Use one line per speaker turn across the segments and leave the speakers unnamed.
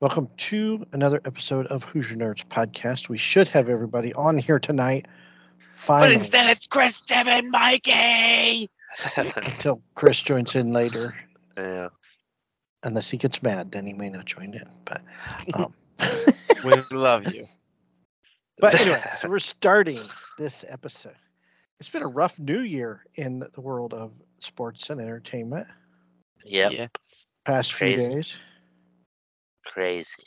Welcome to another episode of Hoosier Nerds podcast. We should have everybody on here tonight.
But
Finally,
instead, it's Chris, Tim, and Mikey.
until Chris joins in later,
yeah.
unless he gets mad, then he may not join in. But, um,
We love you.
but anyway, so we're starting this episode. It's been a rough new year in the world of sports and entertainment.
Yep.
Yes.
Past
Crazy.
few days,
Crazy.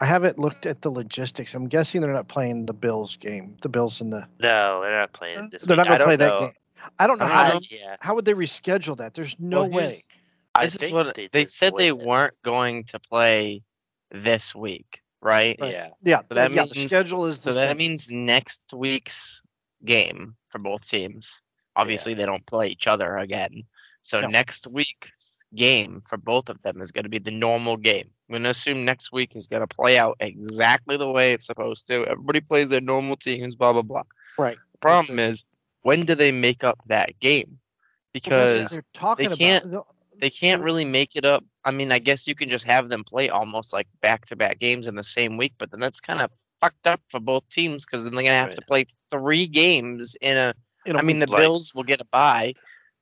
I haven't looked at the logistics. I'm guessing they're not playing the Bills game. The Bills and the
No, they're not playing this.
they're not going
week.
to
I
play
don't
that
know.
game. I don't know
I
how.
don't- yeah,
How would they reschedule that? There's no
Well,
way.
here's-
I
This is
think
what they
just
said they
waited.
weren't going to play this week, right?
Right.
Yeah,
Yeah,
So that
yeah, the
means-
schedule is
So
the
that
same.
means next week's game for both teams. Obviously, they don't play each other again. So
No.
next week's game for both of them is going to be the normal game. I'm going to assume next week is going to play out exactly the way it's supposed to. Everybody plays their normal teams, blah, blah, blah.
right.
problem is when do they make up that game because
they're talking
they can't-
about
they can't
Well-
really make it up i mean i guess you can just have them play almost like back-to-back games in the same week but then that's kind of fucked up for both teams because then they're gonna have
Right.
to play three games in a
you know,
i mean the
like-
bills will get a bye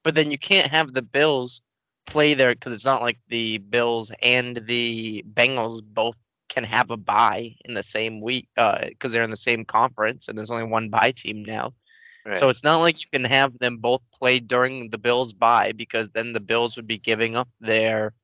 but then you can't have the bills play there because it's not like the bills and the bengals both can have a bye in the same week because they're in the same conference and there's only one bye team now
right.
so it's not like you can have them both play during the Bills bye because then the Bills would be giving up their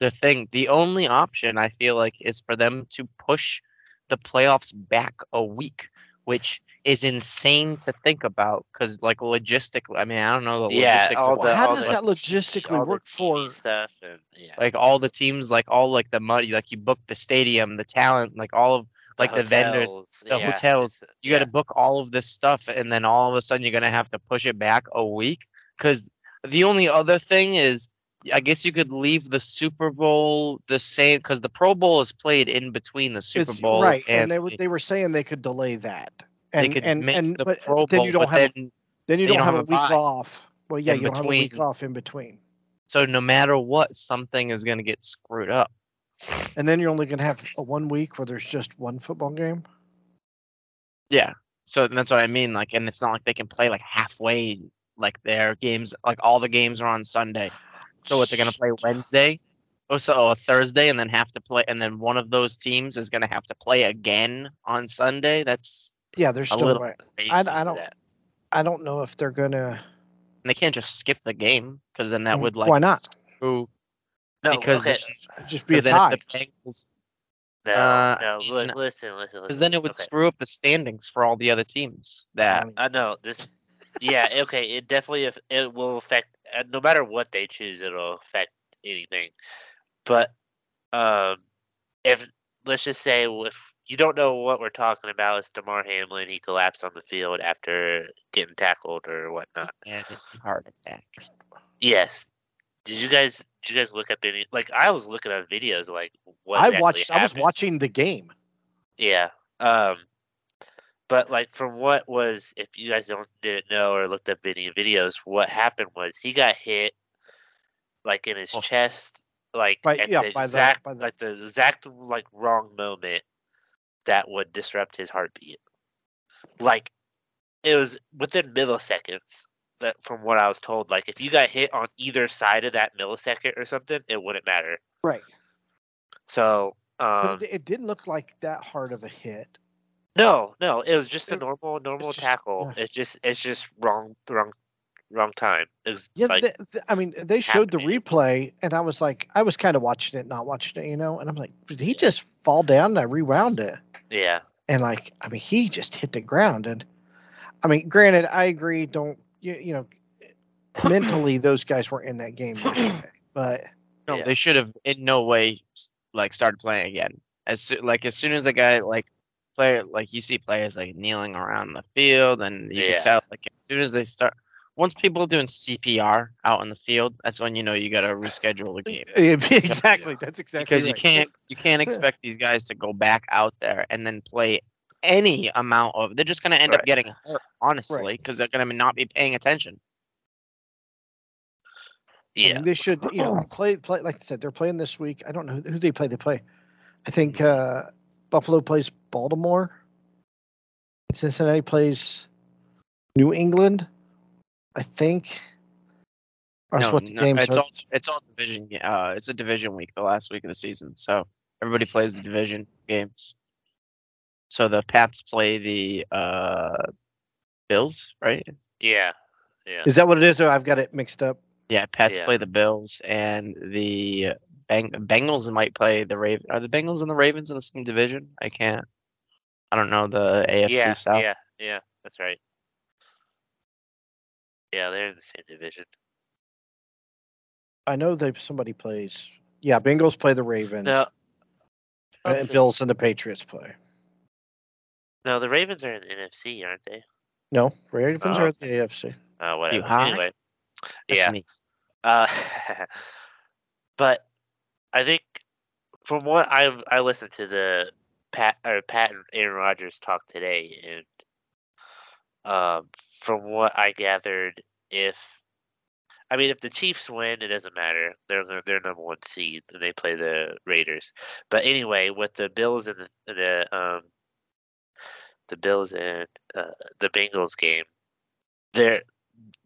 their thing. The only option I feel like is for them to push the playoffs back a week, which is insane to think about because like logistically, I mean, I don't know the
Yeah,
logistics
all
of
the-
how
all
does
the-
that
All
logistically
the
work
TV
for?
stuff and yeah,
like all the teams, like all like the money, like you book the stadium, the talent, like all of like the vendors,
hotels,
the
yeah,
hotels,
it's-
you
yeah.
got to book all of this stuff and then all of a sudden you're going to have to push it back a week because the only other thing is i guess you could leave the super bowl the same because the pro bowl is played in between the super
It's-
bowl
right, and,
and,
they were they were saying they could delay that,
they
and
could
and
make
and
the
but
pro bowl
then you don't
but
have
then
then you
they
don't have a week
bye
off. Well, yeah,
in
you don't have a week
between.
off in between,
so no matter what something is going to get screwed up
and then you're only going to have a one week where there's just one football game.
Yeah. So that's what I mean. Like, and it's not like they can play like halfway. Like their games, like all the games are on Sunday. So what they're gonna play Wednesday, or so or Thursday, and then have to play, and then one of those teams is gonna have to play again on Sunday. That's
Yeah, there's
A
still
little.
right.
crazy.
I,
and
I don't
that.
I don't know if they're gonna.
they can't just skip the game because then that
Mm,
would like
why not?
screw-
No,
because
look at-
then-
Just be a
'cause then
tie.
if the Bengals,
no,
uh,
no, look,
no.
listen, listen,
because then
listen,
it would
okay.
screw up the standings for all the other teams. That
I know this. Yeah, okay. It definitely aff- it will affect. Uh, no matter what they choose, it'll affect anything. But um, if let's just say w- if you don't know what we're talking about, it's Demar Hamlin. He collapsed on the field after getting tackled or whatnot.
and heart attack.
Yes. Did you guys? Did you guys look up any? Like I was looking up videos. Like what
I
exactly
watched. I was
happened.
watching the game.
Yeah. Um but like from what was if you guys don't didn't know or looked up any videos, what happened was he got hit like in his
Oh.
chest like
By-
at
yeah,
the
by the-
exact
by the-
like the exact like wrong moment that would disrupt his heartbeat. Like it was within milliseconds that from what I was told. Like if you got hit on either side of that millisecond or something, it wouldn't matter.
Right.
So um,
But it, it didn't look like that hard of a hit.
No, no, it was just a
It-
normal, normal
just-
tackle. It's just, it's just wrong, wrong, wrong time. It's
Yeah,
like,
th- th- I mean, they showed the
happening.
replay, and I was like, I was kind of watching it, not watching it, you know. And I'm like, did he just fall down? And I rewound it,
yeah,
and like, I mean, he just hit the ground. And I mean, granted, I agree. Don't you, you know, mentally those guys weren't in that game, yesterday, but
No,
Yeah.
they should have in no way s- like started playing again. As soo- like as soon as a guy like player like you see players like kneeling around the field, and you
Yeah.
can tell like as soon as they start, once people are doing CPR out on the field, that's when you know you got to reschedule the game
exactly, that's exactly
because you
right.
can't you can't expect these guys to go back out there and then play any amount of. They're just gonna end up
Right.
getting hurt, honestly, because they're gonna not be paying attention.
I
Yeah.
mean, they should you know, play play like I said. They're playing this week. I don't know who, who they play. They play. I think uh, Buffalo plays Baltimore. Cincinnati plays New England. I think. Or
No,
it's what the
no,
game
it's
says.
all it's all division. Uh, it's a division week, the last week of the season. So everybody plays the division games. So the Pats play the uh, Bills, right?
Yeah. Yeah.
Is that what it is? Or I've got it mixed up.
Yeah, Pats
Yeah.
play the Bills, and the Bang- Bengals might play the Raven. Are the Bengals and the Ravens in the same division? I can't. I don't know the AFC
yeah,
South.
yeah, yeah. That's right. Yeah, they're in the same division.
I know that somebody plays. Yeah, Bengals play the Ravens.
No. Oh,
uh, and Bills and the Patriots play.
No, the Ravens are in the NFC, aren't they?
No, Ravens
Oh,
are at the AFC.
Oh, whatever.
high?
Anyway,
That's
yeah.
me.
Uh, but I think from what I've I listened to the Pat or Pat and Aaron Rodgers talk today, and um, from what I gathered, if I mean if the Chiefs win, it doesn't matter. They're the- they're number one seed, and they play the Raiders. But anyway, with the Bills and the, the um the Bills and uh, the Bengals game, there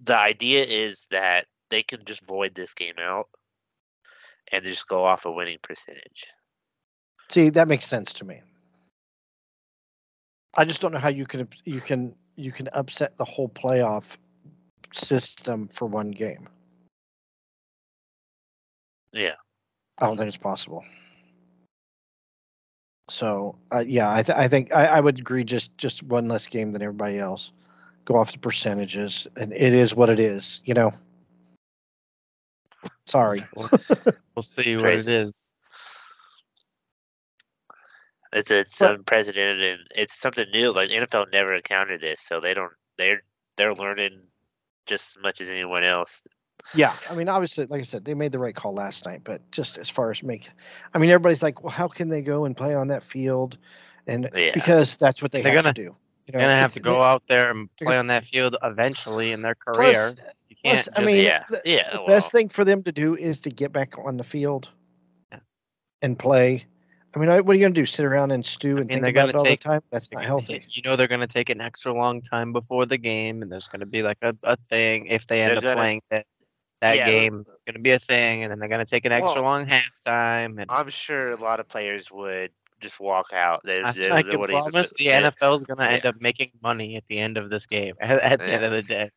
the idea is that they can just void this game out and just go off a winning percentage.
See, that makes sense to me. I just don't know how you can you can you can upset the whole playoff system for one game.
Yeah.
I don't think it's possible. So uh, yeah, I, th- I think I, I would agree. Just just one less game than everybody else. Go off the percentages, and it is what it is. You know. Sorry.
We'll, we'll see what it
Crazy.
is.
It's it's
But-
unprecedented and it's something new. Like NFL never encountered this, so they don't they're they're learning just as much as anyone else.
Yeah, I mean, obviously, like I said, they made the right call last night, but just as far as make, I mean, everybody's like, well, how can they go and play on that field? And
Yeah.
because that's what they
They're
have
gonna-
to do. You
They're gonna have to go out there and
They're
play on that field eventually in their
Plus-
career. you
plus,
can't.
I
just-
mean,
yeah,
the-
yeah.
the
well,
best thing for them to do is to get back on the field
Yeah.
and play. I mean, I- what are you gonna do? Sit around and stew and
mean,
think
they're
about
gonna
it all
take-
the time? That's
They're
not
gonna
healthy.
hit- You know they're going to take an extra long time before the game, and there's going to be like a, a thing if they end
They're
up
gonna-
playing that, that
Yeah.
game. It's going to be a thing, and then they're going to take an extra
Well,
long halftime. And
I'm sure a lot of players would just walk out. They,
I,
they,
I
they
can
wouldn't even-
promise the
they-
NFL is going to end
yeah.
up making money at the end of this game. At, at the
Yeah.
end of the day,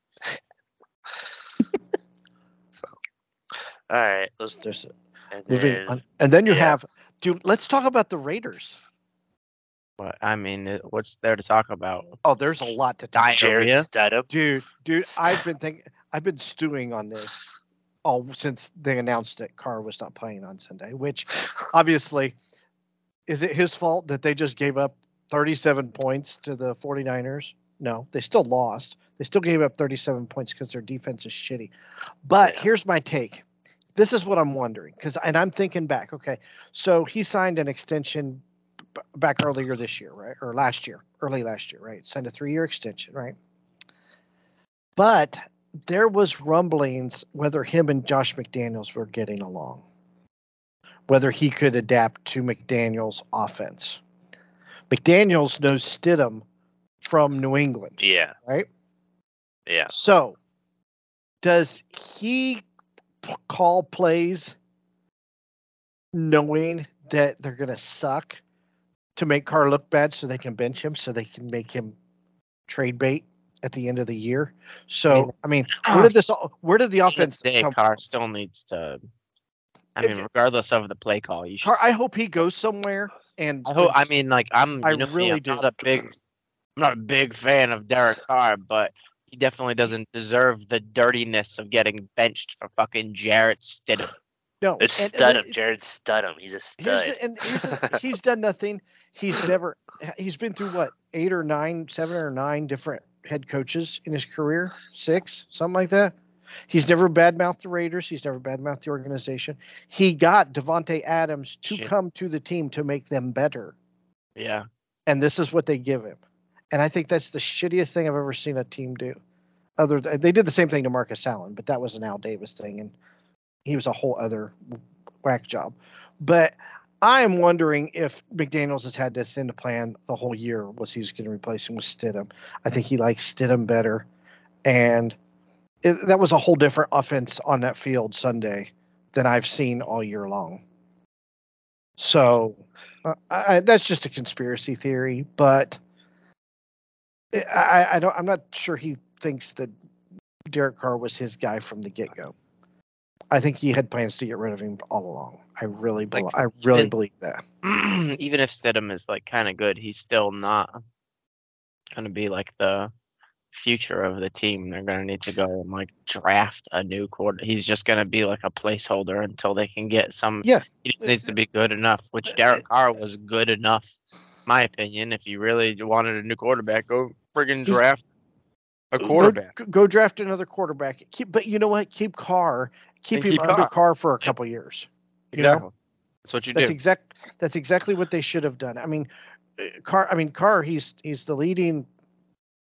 All right, let's
There's-
and
moving
then,
on. And then you
yeah.
have, dude. Let's talk about the Raiders.
but I mean, it- what's there to talk about?
Oh, there's a lot to talk.
Dire-
Jared
Diarrhea?
Stidham.
dude dude i've been thinking i've been stewing on this all since they announced that carr was not playing on sunday which obviously is it his fault that they just gave up 37 points to the 49ers no they still lost they still gave up 37 points because their defense is shitty but
Yeah.
here's my take this is what i'm wondering because and i'm thinking back okay so he signed an extension b- back earlier this year right or last year early last year right signed a three-year extension right but there was rumblings whether him and Josh McDaniels were getting along, whether he could adapt to McDaniels' offense. McDaniels knows Stidham from New England,
Yeah,
right?
yeah.
So, does he p- call plays knowing that they're going to suck to make Carr look bad so they can bench him, so they can make him trade bait at the end of the year? So, I mean, where did this all, where did the
At the end
offense
of the day,
come
Carr still needs to. I
It-
mean, regardless of the play call, you should.
Car,
still
I hope he goes somewhere and
I hope. I
wins.
mean, like, I'm.
I
you know me,
really
I'm
do.
Not a big. I'm not a big fan of Derek Carr, but he definitely doesn't deserve the dirtiness of getting benched for fucking Jarrett Stidham.
no,
It's
and- and
Stidham.
it-
Jared Stidham. He's a
here's
stud.
the- and here's the- he's done nothing. He's never. He's been through what eight or nine, seven or nine different head coaches in his career, six, something like that. He's never badmouthed the Raiders. He's never badmouthed the organization. He got Devonte Adams to
Shit.
come to the team to make them better,
Yeah.
and this is what they give him. And I think that's the shittiest thing I've ever seen a team do. Other, th- they did the same thing to Marcus Allen, but that was an Al Davis thing, and he was a whole other whack job. But I'm wondering if McDaniels has had this in the plan the whole year was he's going to replace him with Stidham. I think he likes Stidham better, and it, that was a whole different offense on that field Sunday than I've seen all year long. So uh, I, that's just a conspiracy theory, but I, I don't. I'm not sure he thinks that Derek Carr was his guy from the get go. I think he had plans to get rid of him all along. I really, bel
Like,
I really
and-
believe that.
even if Stidham is like kind of good, he's still not going to be like the future of the team. They're going to need to go and like draft a new quarter. He's just going to be like a placeholder until they can get some.
Yeah. uh,
he just needs to be good enough. Which Derek Carr was good enough, in my opinion. If you really wanted a new quarterback, go friggin' draft a
Go-
quarterback.
Go, go draft another quarterback. Keep, but you know what? Keep Carr. Keep
And
him
keep
under
Carr.
Carr for a couple years. you know?
Exactly. That's what you
That's
do.
exact. That's exactly what they should have done. I mean, uh, Carr. I mean, Carr. He's he's the leading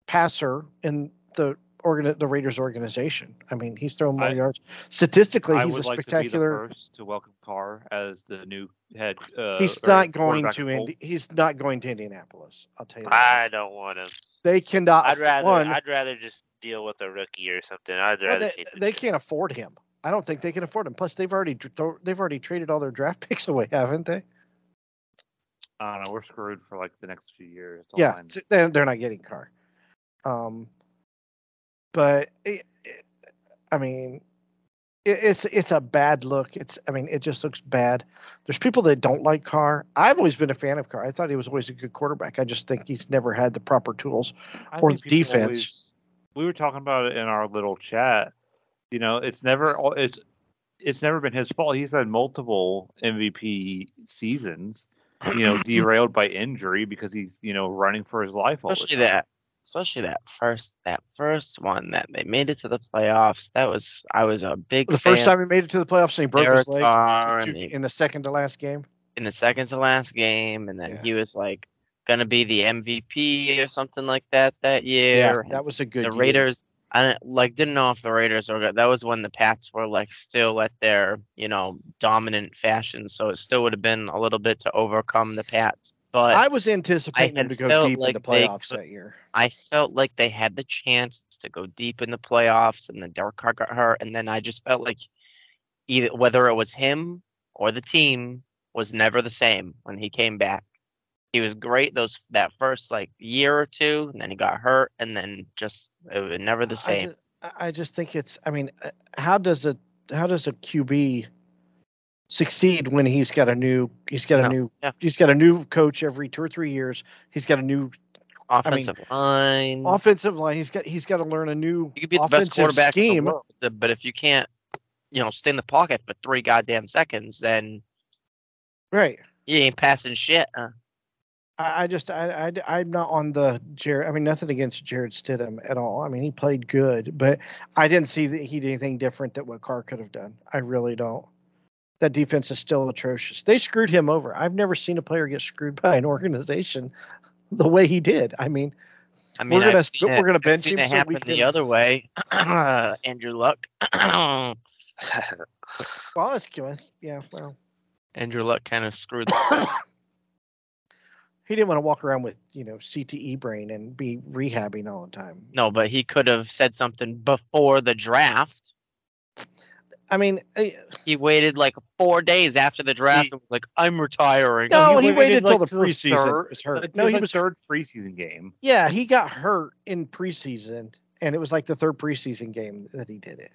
passer in the organ the Raiders organization. I mean, he's thrown more
I-
yards. Statistically,
I
he's
would
a
like to be the
spectacular.
first to welcome Carr as the new head. Uh,
he's
or
not going
quarterback
to
of
Indi-
Colts.
He's not going to Indianapolis. I'll tell you. That.
I don't want him.
They cannot.
I'd rather
one,
I'd rather just deal with a rookie or something. I'd
Well,
rather
they,
take the
they
chance.
can't afford him. I don't think they can afford him. Plus, they've already dr- thro- they've already traded all their draft picks away, haven't they?
I don't know. We're screwed for like the next few
Oh,
years. That's all
yeah,
I'm-
so they're, they're not getting Carr. Um, but it, it- I mean, it, it's it's a bad look. It's I mean, it just looks bad. There's people that don't like Carr. I've always been a fan of Carr. I thought he was always a good quarterback. I just think he's never had the proper tools.
I
or
think people
defense.
we were talking about it in our little chat. You know, it's never all- it's it's never been his fault. He's had multiple MVP seasons. You know, derailed by injury because he's you know running for his life all
especially
the time.
that especially that first that first one that they made it to the playoffs that was i was a big
The
fan
first time he made it to the playoffs, and he broke
Derek
his leg
Carr and the-
in the second to last game.
in the second to last game and then
Yeah.
he was like gonna be the mvp or something like that that year and
that was a good.
the
year.
raiders i didn't, like didn't know if the raiders were good that was when the pats were like still at their you know dominant fashion so it still would have been a little bit to overcome the pats but
I was anticipating them
had
to go
felt
deep
like
in the
they
playoffs
could-
that year.
I felt like they had the chance to go deep in the playoffs, and then Derek Carr got hurt, and then I just felt like either whether it was him or the team was never the same when he came back. He was great those that first like year or two, and then he got hurt, and then just it was never the
I
same.
ju- I I just think it's. I mean, uh, how does a how does a QB succeed when he's got a new he's got
No,
a new
yeah.
he's got a new coach every two or three years. He's got a new
Offensive line,
offensive line. He's got he's got to learn a new
Mm. you could be the
offensive
best quarterback in the
scheme.
world, the- but if you can't, you know, stay in the pocket for three goddamn seconds, then
Right.
you ain't passing shit. Uh,
I, I just I, I am not on the Jared. I mean, nothing against Jared Stidham at all. I mean, he played good, but I didn't see that he did anything different that what Carr could have done. I really don't. That defense is still atrocious. They screwed him over. I've never seen a player get screwed by an organization the way he did. I mean,
I mean,
we're gonna
I've seen
sp-
it-
we're gonna bench
I've seen
him
it
so we
happen
can.
the other way. Andrew Luck.
Well, that's good. Yeah. Well,
Andrew Luck kind of screwed.
he didn't want to walk around with you know CTE brain and be rehabbing all the time.
no, but he could have said something before the draft.
I mean, eh,
He waited like four days after the draft
He-
and was like, "I'm retiring."
no, he,
he
waited
waited,
till
like,
the
till the
preseason
third-
was hurt.
Like,
No,
his,
he
like,
was
third preseason game.
Yeah, he got hurt in preseason, and it was like the third preseason game that he did it.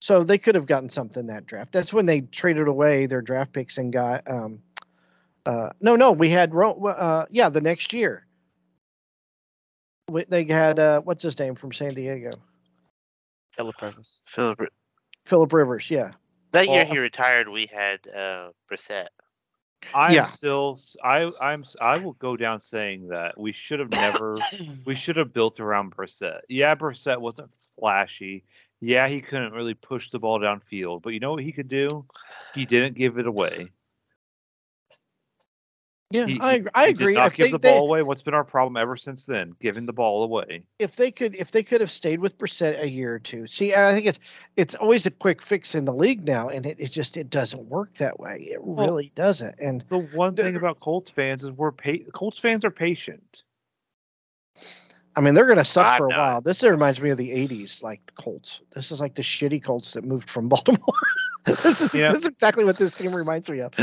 So they could have gotten something that draft. That's when they traded away their draft picks and got. Um, uh, no, no, we had. Ro- uh, yeah, the next year. We, they had uh, what's his name from San Diego,
Philip Rivers.
Philip
Philip Rivers. Yeah,
That year
Well-
he retired, we had uh, Brissett.
I'm
Yeah.
still s- I I'm s- I will go down saying that we should have never we should have built around Brissett. Yeah, Brissett wasn't flashy. Yeah, he couldn't really push the ball downfield, but you know what he could do? He didn't give it away.
Yeah,
He-
I, I
He
agree.
Did not
if,
give
they,
the
they-
ball away. What's been our problem ever since then? Giving the ball away.
if they could if they could have stayed with Brissett a year or two. See, I think it's it's always a quick fix in the league now, and it, it just it doesn't work that way. It really doesn't. And
The one
The-
thing about Colts fans is we're pa- Colts fans are patient.
I mean, they're going to suck
I'm
for a
not.
while. This reminds me of the '80s, like Colts. This is like the shitty Colts that moved from Baltimore. this, is,
Yeah.
this is exactly what this team reminds me of.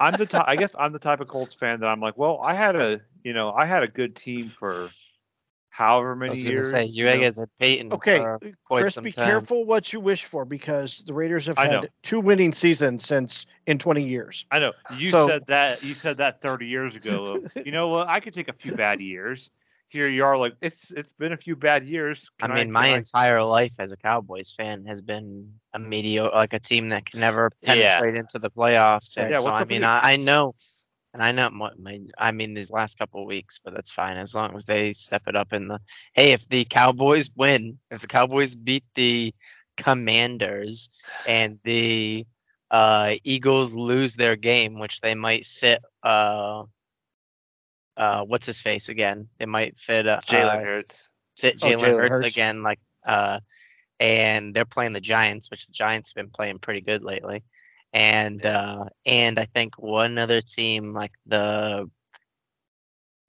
I'm the type. I guess I'm the type of Colts fan that I'm like, well, I had a, you know, I had a good team for however
I
many
was gonna
years.
say you
you know.
guys had Peyton.
Okay,
for quite
Chris,
some
be
time.
careful what you wish for because the Raiders have
I
had
know.
two winning seasons since in 20 years.
I know you
So-
said that. You said that 30 years ago. of, you know what? I could take a few bad years. Here you are, like it's it's been a few bad years.
I
Can
mean,
can
my entire life as a Cowboys fan has been a mediocre, like a team that can never
Yeah.
penetrate into the playoffs. And
Yeah,
so
what's
I
up with
mean,
you?
I, I know, and I know what my, I mean these last couple of weeks, but that's fine as long as they step it up in the. Hey, if the Cowboys win, if the Cowboys beat the Commanders and the uh, Eagles lose their game, which they might sit. Uh, uh, what's his face again? They might fit uh,
Jalen
uh,
Hurts.
sit
Oh,
Jalen
Jalen
Hurts,
Hurts.
again, like uh, and they're playing the Giants, which the Giants have been playing pretty good lately, and uh, and I think one other team like the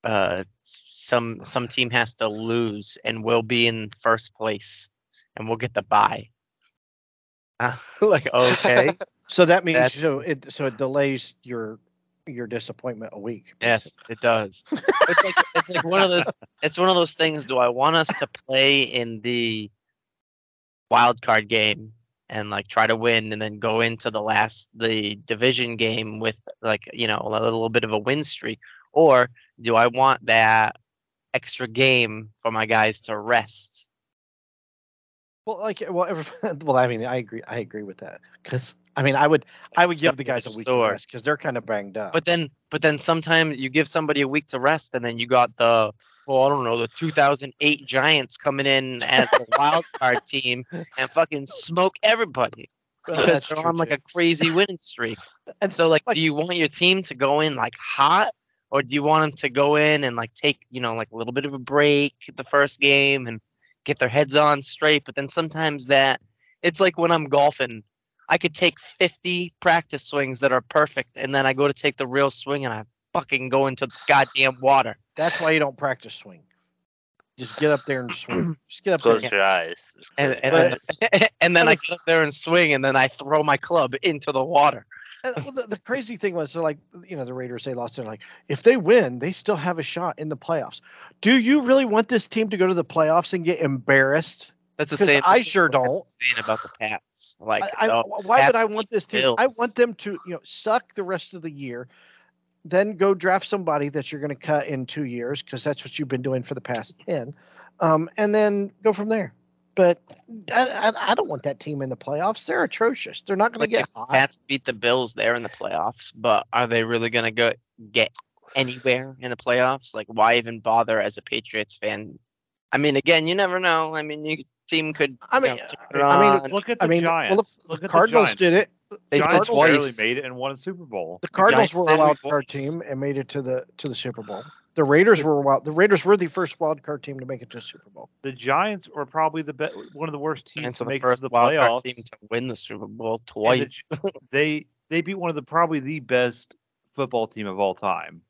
uh, some some team has to lose and will be in first place, and we'll get the bye. like okay,
So that means
That's-
so it so it delays your your disappointment a week.
yes, it does. It's like it's like one of those it's one of those things. Do I want us to play in the wild card game and like try to win and then go into the last the division game with like you know a little bit of a win streak or do i want that extra game for my guys to rest
Well, like, uh, well, every, well, I mean, I agree, I agree with that because I mean, I would, I would give the guys a week to
Sore.
rest because they're kind of banged up.
but then but then sometimes you give somebody a week to rest and then you got the well, I don't know, the 2008 Giants coming in as the wild card team and fucking smoke everybody because
that's
they're
true,
on like
too.
a crazy winning streak.
And
And so, like,
like-
do you want your team to go in like hot, or do you want them to go in and like take, you know, like a little bit of a break at the first game and get their heads on straight? But then sometimes that it's like when I'm golfing, I could take 50 practice swings that are perfect, and then I go to take the real swing and I fucking go into the goddamn water.
that's why you don't practice swing. Just get up there and swing. Just get up there.
Close
and-
your eyes. Just
And,
close
and,
your
then,
eyes.
and then
But
I
if-
get up there and swing, and then I throw my club into the water.
and, well, the, the crazy thing was, so like, you know, the Raiders they lost. They're like, if they win, they still have a shot in the playoffs. Do you really want this team to go to the playoffs and get embarrassed?
That's the
'Cause
same.
I
thing
sure
I've been
don't.
Saying about the Pats, like
I, I,
oh,
why would
Pats
I want this team? I
Bills.
want them to, you know, suck the rest of the year, then go draft somebody that you're going to cut in two years because that's what you've been doing for the past ten, um, and then go from there. But I, I, I don't want that team in the playoffs. They're atrocious. They're not going
Like,
to get
if
hot.
Pats beat the Bills there in the playoffs, but are they really going to go get anywhere in the playoffs? Like, why even bother as a Patriots fan? I mean, again, you never know. I mean, your team could.
I
you
mean,
uh,
know, turn it
I mean,
on.
Look at the
I mean, well,
Giants.
look,
look
the
at
Cardinals
the Giants.
did it.
they did it
Giants barely
twice.
made it and won a Super Bowl.
The Cardinals
Giants
were a
did it
wild card
twice.
team and made it to the to the Super Bowl. The Raiders were a wild. The Raiders were the first wild card team to make it to the Super Bowl.
The Giants were probably the be- one of the worst
Giants
teams
are
to
the
make it to
first
the
wild card
playoffs.
team to win the Super Bowl
and the
twice.
Gi- they they beat one of the probably the best football team of all time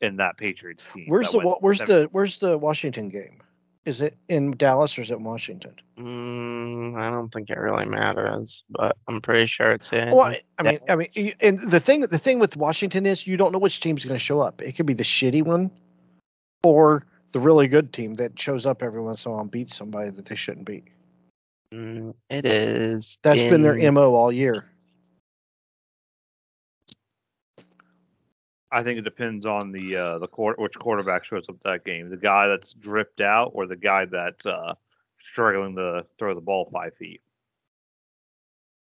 in that Patriots team.
Where's
that
the
went
wa- where's
seven-
the where's the Washington game? Is it in Dallas or is it in Washington?
Mm, I don't think it really matters, but I'm pretty sure it's in.
Well, I- I mean, I mean,
Dallas.
y- and the thing the thing with Washington is you don't know which team's going to show up. It could be the shitty one, or the really good team that shows up every once in a while and beats somebody that they shouldn't beat.
Mm, it is.
That's been
in-
their mo all year.
I think it depends on the uh, the court which quarterback shows up that game. The guy that's dripped out or the guy that's uh, struggling to throw the ball five feet.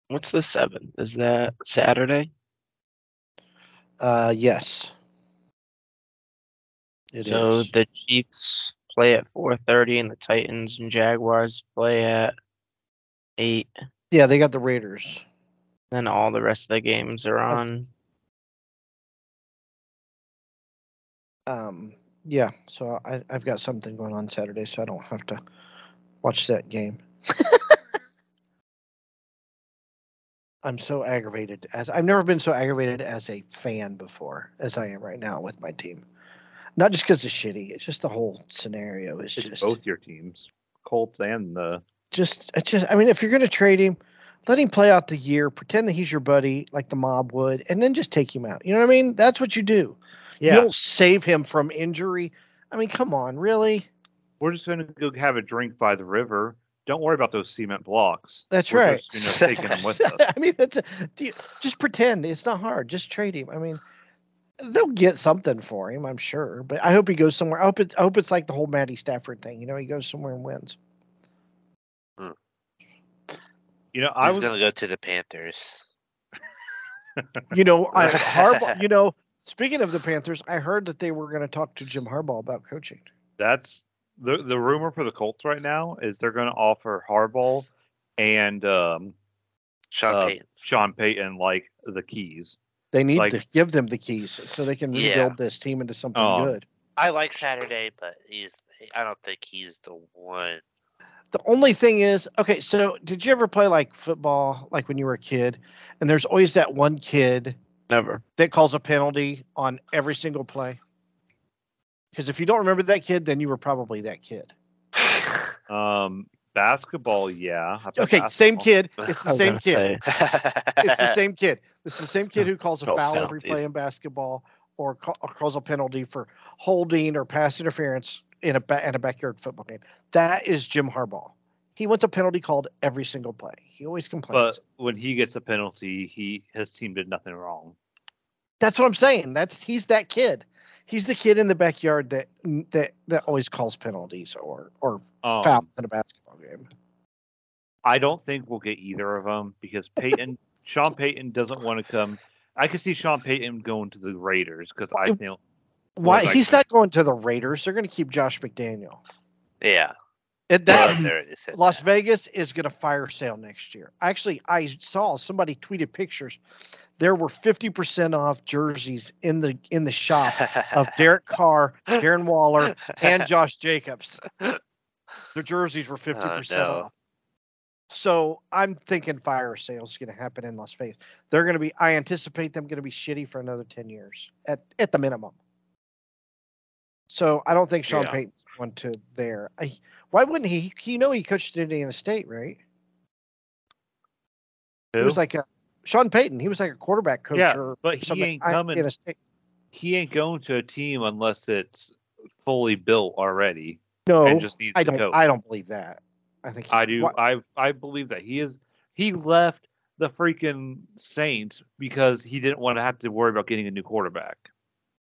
What's the seventh? Is that Saturday?
Uh, yes. It
so
is.
the Chiefs play at 4:30, and the Titans and Jaguars play at eight.
Yeah, they got the Raiders. Oh.
Then all the rest of the games are on.
Um, yeah, so I, I've got something going on Saturday, so I don't have to watch that game. I'm so aggravated as I've never been so aggravated as a fan before as I am right now with my team. Not just because it's shitty; it's just the whole scenario is
It's
just
both your teams, Colts and the.
just it's just I mean, if you're gonna trade him, let him play out the year, pretend that he's your buddy like the mob would, and then just take him out. You know what I mean? That's what you do. You
Yeah,
don't save him from injury. I mean, come on, really?
we're just gonna go have a drink by the river. Don't worry about those cement blocks.
That's
We're
right.
Just, you know, taking them with us.
I mean, that's a, do you, just pretend it's not hard. Just trade him. I mean, they'll get something for him, I'm sure. But I hope he goes somewhere. I hope it's I hope it's like the whole Matty Stafford thing. You know, he goes somewhere and wins.
You know, I
He's
was
gonna go to the Panthers.
You know, I, Harbaugh. You know, speaking of the Panthers, I heard that they were going to talk to Jim Harbaugh about coaching.
that's the the rumor for the Colts right now is they're going to offer Harbaugh and um,
Sean
uh,
Payton.
Sean Payton like the keys.
They need
Like-
to give them the keys so they can
Yeah.
rebuild this team into something
Um,
good.
I like Saturday, but he's. I don't think he's the one.
The only thing is, okay, so did you ever play like football, like when you were a kid? And there's always that one kid
Never.
that calls a penalty on every single play. Because if you don't remember that kid, then you were probably that kid.
Um, basketball, yeah. I play
Okay, same
basketball.
kid. It's
I
the
was
same
gonna
kid.
say,
It's the same kid. It's the same kid who calls a
No
foul every play
penalties.
in basketball or, ca- or calls a penalty for holding or pass interference in a ba- in a backyard football game. That is Jim Harbaugh. He wants a penalty called every single play. He always complains.
But when he gets a penalty, he his team did nothing wrong.
That's what I'm saying. That's he's that kid. He's the kid in the backyard that that that always calls penalties or or
Um,
fouls in a basketball game.
I don't think we'll get either of them because Peyton, Sean Payton doesn't want to come. I could see Sean Payton going to the Raiders because I
Well,
think
Why
like
he's
that.
not going to the Raiders? They're going to keep Josh McDaniel.
yeah.
And
Well,
that
there it is.
Las Vegas is going to fire sale next year. Actually, I saw somebody tweeted pictures. There were 50% off jerseys in the in the shop of Derek Carr, Darren Waller, and Josh Jacobs. Their jerseys were
Oh,
50%
no.
off. So I'm thinking fire sales going to happen in Las Vegas. They're going to be. I anticipate them going to be shitty for another 10 years at at the minimum. So I don't think Sean
Yeah.
Payton's going to there. I, why wouldn't he? You know he coached at Indiana State, right? He was like a Sean Payton. He was like a quarterback coach
Yeah,
or
but he
something.
ain't
I-
coming.
Indiana State.
he ain't going to a team unless it's fully built already
No,
and just needs
I
to
don't.
coach.
I don't believe that. I think he-
I do.
why-
I I believe that he is. He left the freaking Saints because he didn't want to have to worry about getting a new quarterback.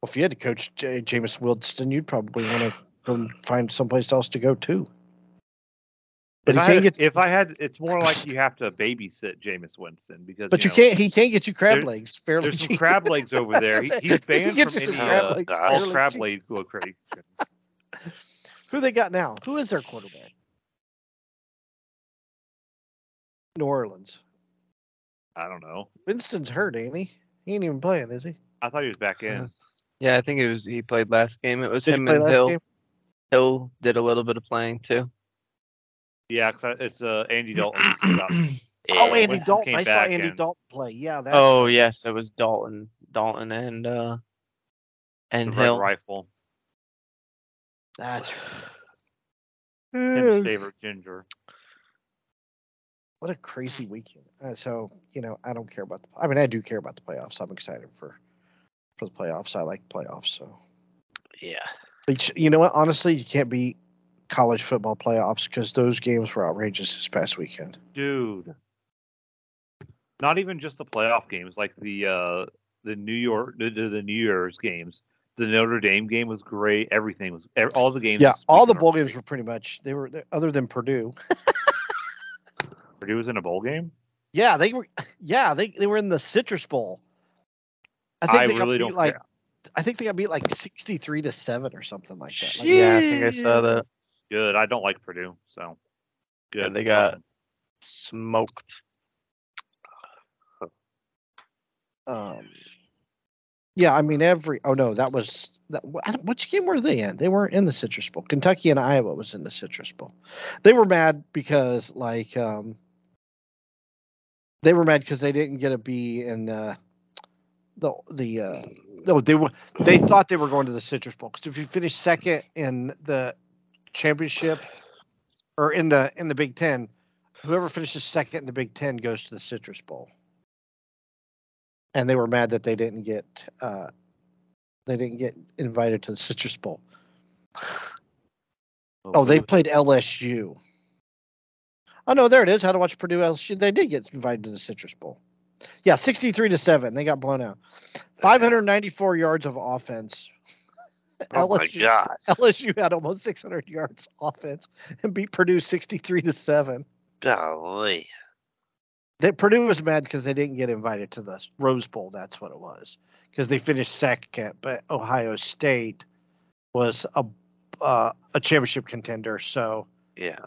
Well, if you had to coach J- Jameis Wilson, you'd probably want to go find someplace else to go to. But
If
he
I,
can't
had,
get.
if I had, it's more like you have to babysit Jameis Winston because.
But you,
know,
can't. He can't get you crab
there-
legs. Fairly
There's some
cheap.
crab legs over there. He,
He
he's banned
gets
from
you some
any
crab
uh,
legs
all
all
fairly
crab
cheap.
leg locations.
Who they got now? Who is their quarterback? New Orleans.
I don't know.
Winston's hurt, ain't he? He ain't even playing, is he?
I thought he was back in.
yeah, I think it was he played last game. It was
Did he
him
play
and
last
Hill.
game?
Hill did a little bit of playing too.
Yeah, 'cause I- it's uh, Andy Dalton.
Oh, Andy
Winston
Dalton.
came
I saw
back
Andy
and-
Dalton play. Yeah, that's
oh yes, it was Dalton, Dalton and uh
the
and
red
Hill.
rifle.
that's Oh,
His favorite ginger.
what a crazy weekend. Uh, so you know, I don't care about the. I mean, I do care about the playoffs. I'm excited for for the playoffs. I like playoffs. So,
yeah.
but you- you know what? Honestly, you can't beat college football playoffs because those games were outrageous this past weekend.
dude not even just the playoff games like the uh the new york the, the, the new year's games the notre dame game was great everything was ev- all the games
Yeah,
this
all the
weekend
bowl games were pretty much they were other than Purdue.
are- purdue was in a bowl game
Yeah, they were. Yeah, they they were in the Citrus Bowl. I
i,
they got
really
beat,
don't
like
care
I think they got beat like sixty three to seven or something like that. Like,
Yeah, I think I saw that.
good i don't like purdue so good
Yeah, they got-
Um,
Smoked.
um, Yeah, I mean every. Oh no, that was that. wh- I don't- Which game were they in? They weren't in the Citrus Bowl. Kentucky and Iowa was in the Citrus Bowl. They were mad because like um. They were mad because they didn't get a B in uh, the the uh, no they were they thought they were going to the Citrus Bowl because if you finish second in the championship or in the in the Big Ten, whoever finishes second in the Big Ten goes to the Citrus Bowl. And they were mad that they didn't get uh, they didn't get invited to the Citrus Bowl. Oh, they played LSU. Oh no, there it is. How to watch Purdue LSU. They did get invited to the Citrus Bowl. Yeah, sixty-three to seven. They got blown out. Five hundred ninety-four yards of offense.
Oh my
LSU
god.
LSU had almost six hundred yards offense and beat Purdue sixty-three to seven.
Golly.
That Purdue was mad because they didn't get invited to the Rose Bowl. That's what it was because they finished second, but Ohio State was a uh, a championship contender, so
Yeah.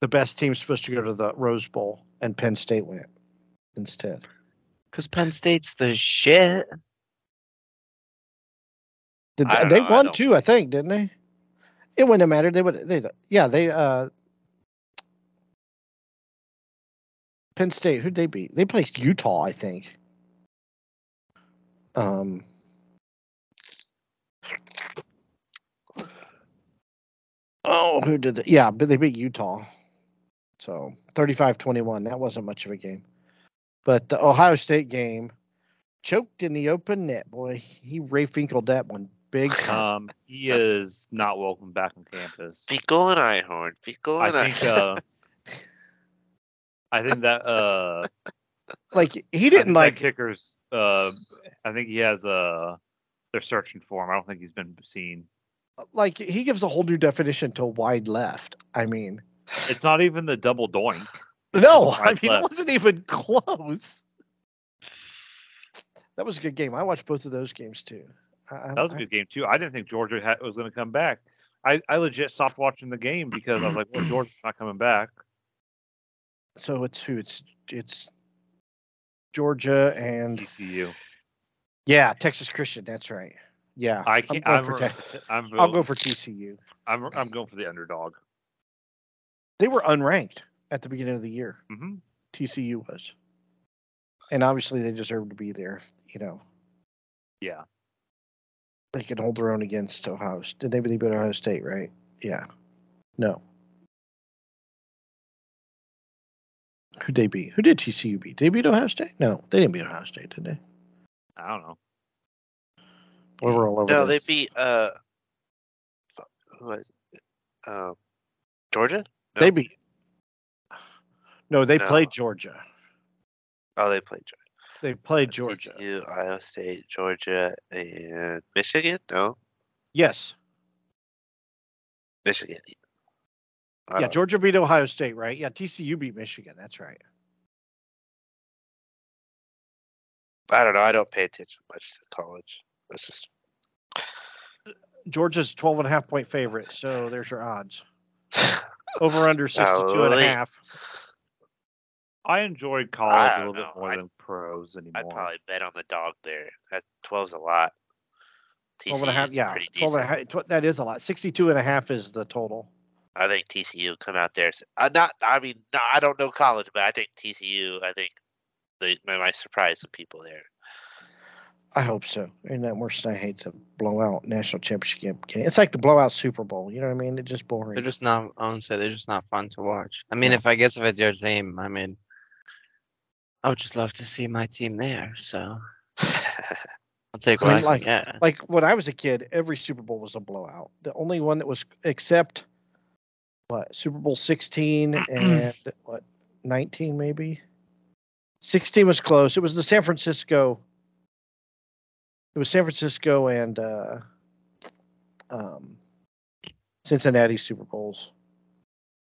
the best team's supposed to go to the Rose Bowl, and Penn State went instead.
Because Penn State's the shit.
Did
I
they,
don't know, I
won
don't-
too? I think didn't they? It wouldn't have mattered. They would. They yeah. They uh. Penn State. Who'd they beat? They placed Utah, I think. Um. Oh, who did it? Yeah, but they beat Utah. So 35-21. That wasn't much of a game. But the Ohio State game choked in the open net, boy. He Ray Finkled that one big time.
Um, he is not welcome back on campus.
Fickle and Ihorn. Fickle
I
and
think.
Ihorn.
Uh, I think that. Uh,
Like he
I
didn't
think
like
that kickers. Uh, I think he has Uh, they're searching for him. I don't think he's been seen.
like he gives a whole new definition to wide left. I mean,
It's not even the double doink.
no, I
wide
mean it
left.
wasn't even close. That was a good game. I watched both of those games too. I,
That was a good game too. I didn't think Georgia had, was going to come back. I, I legit stopped watching the game because I was like, "Well, Georgia's not coming back."
so it's who it's it's Georgia
E
and
TCU.
yeah Texas Christian. That's right. Yeah,
I can't.
I'm going
I'm,
for
rooting
Tex-
for Te- I'm,
I'll
voting-
go for TCU.
I'm I'm going for the underdog.
They were unranked at the beginning of the year.
hmm
TCU was, and obviously they deserved to be there. You know,
Yeah.
they can hold their own against Ohio. State. Did they beat Ohio State? Right? Yeah. No. Who they beat? Who did TCU beat? Did they beat Ohio State? No, they didn't beat Ohio State, did they?
I don't know.
Boy, we're all over.
No,
this.
they beat uh fuck, who was it? um Georgia? no.
They beat. No, they
No.
played Georgia.
Oh they played Georgia.
They played Georgia.
TCU, Iowa State, Georgia, and Michigan? No.
Yes.
Michigan. I
Yeah,
don't-
Georgia beat Ohio State, right? Yeah, TCU beat Michigan. That's right.
I don't know. I don't pay attention much to college. That's just
Georgia's 12 and a half point favorite, so there's your odds. Over under 62 and a
Golly.
half.
I enjoyed college a
don't
little bit
know.
more
I-
than pros anymore.
I'd probably bet on the dog there. That 12's a lot.
Twelve and a
TCU
half,
's
yeah.
pretty
12 and a
decent.
half, tw- that is a lot. 62 and a half is the total.
I think TCU will come out there. s- Uh, not, I mean, no, I don't know college, but I think TCU. I think they, they might surprise some people there.
I hope so. Ain't that worse than I hate to blow out national championship game. It's like the blowout Super Bowl. You know what I mean? It's just boring.
They're just not. I would say they're just not fun to watch. I mean, if I guess if it's your team, I mean, I would just love to see my team there. So I'll take what
I
I,
mean, like-
can get.
like when I was a kid, every Super Bowl was a blowout. The only one that was except what Super Bowl 16 and what 19 maybe. 16 was close. It was the San Francisco. It was San Francisco and uh, um, Cincinnati Super Bowls.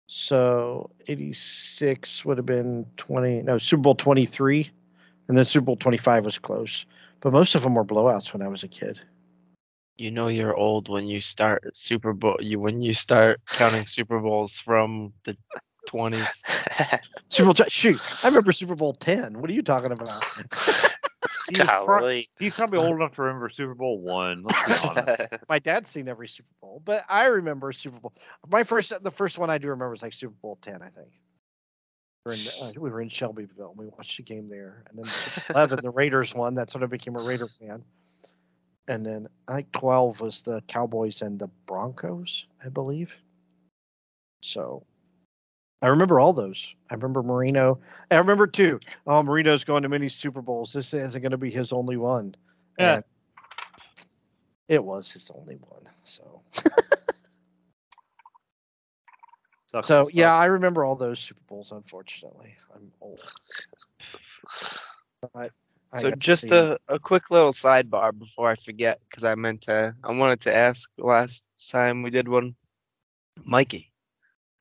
So 86 would have been 20. No, Super Bowl 23, and then Super Bowl 25 was close. But most of them were blowouts when I was a kid.
You know you're old when you start Super Bowl. You when you start counting Super Bowls from the twenties.
Super Bowl, shoot, I remember Super Bowl ten. What are you talking about?
He was pro-
Golly.
he's probably old enough to remember Super Bowl one. Let's be honest.
My dad's seen every Super Bowl, but I remember Super Bowl. My first, the first one I do remember is like Super Bowl ten, I think. We were in, uh, we were in Shelbyville. and We watched the game there, and then Super Bowl eleven, the Raiders won. That's when I became a Raider fan. And then I think twelve was the Cowboys and the Broncos, I believe. So I remember all those. I remember Marino. I remember too. Oh, Marino's going to many Super Bowls. This isn't going to be his only one.
Yeah.
And it was his only one. So,
Sucks to
so
suck.
yeah, I remember all those Super Bowls. Unfortunately, I'm old. But I
So
got to
just
see-
a, a quick little sidebar before I forget, because I meant to I wanted to ask last time we did one. Mikey,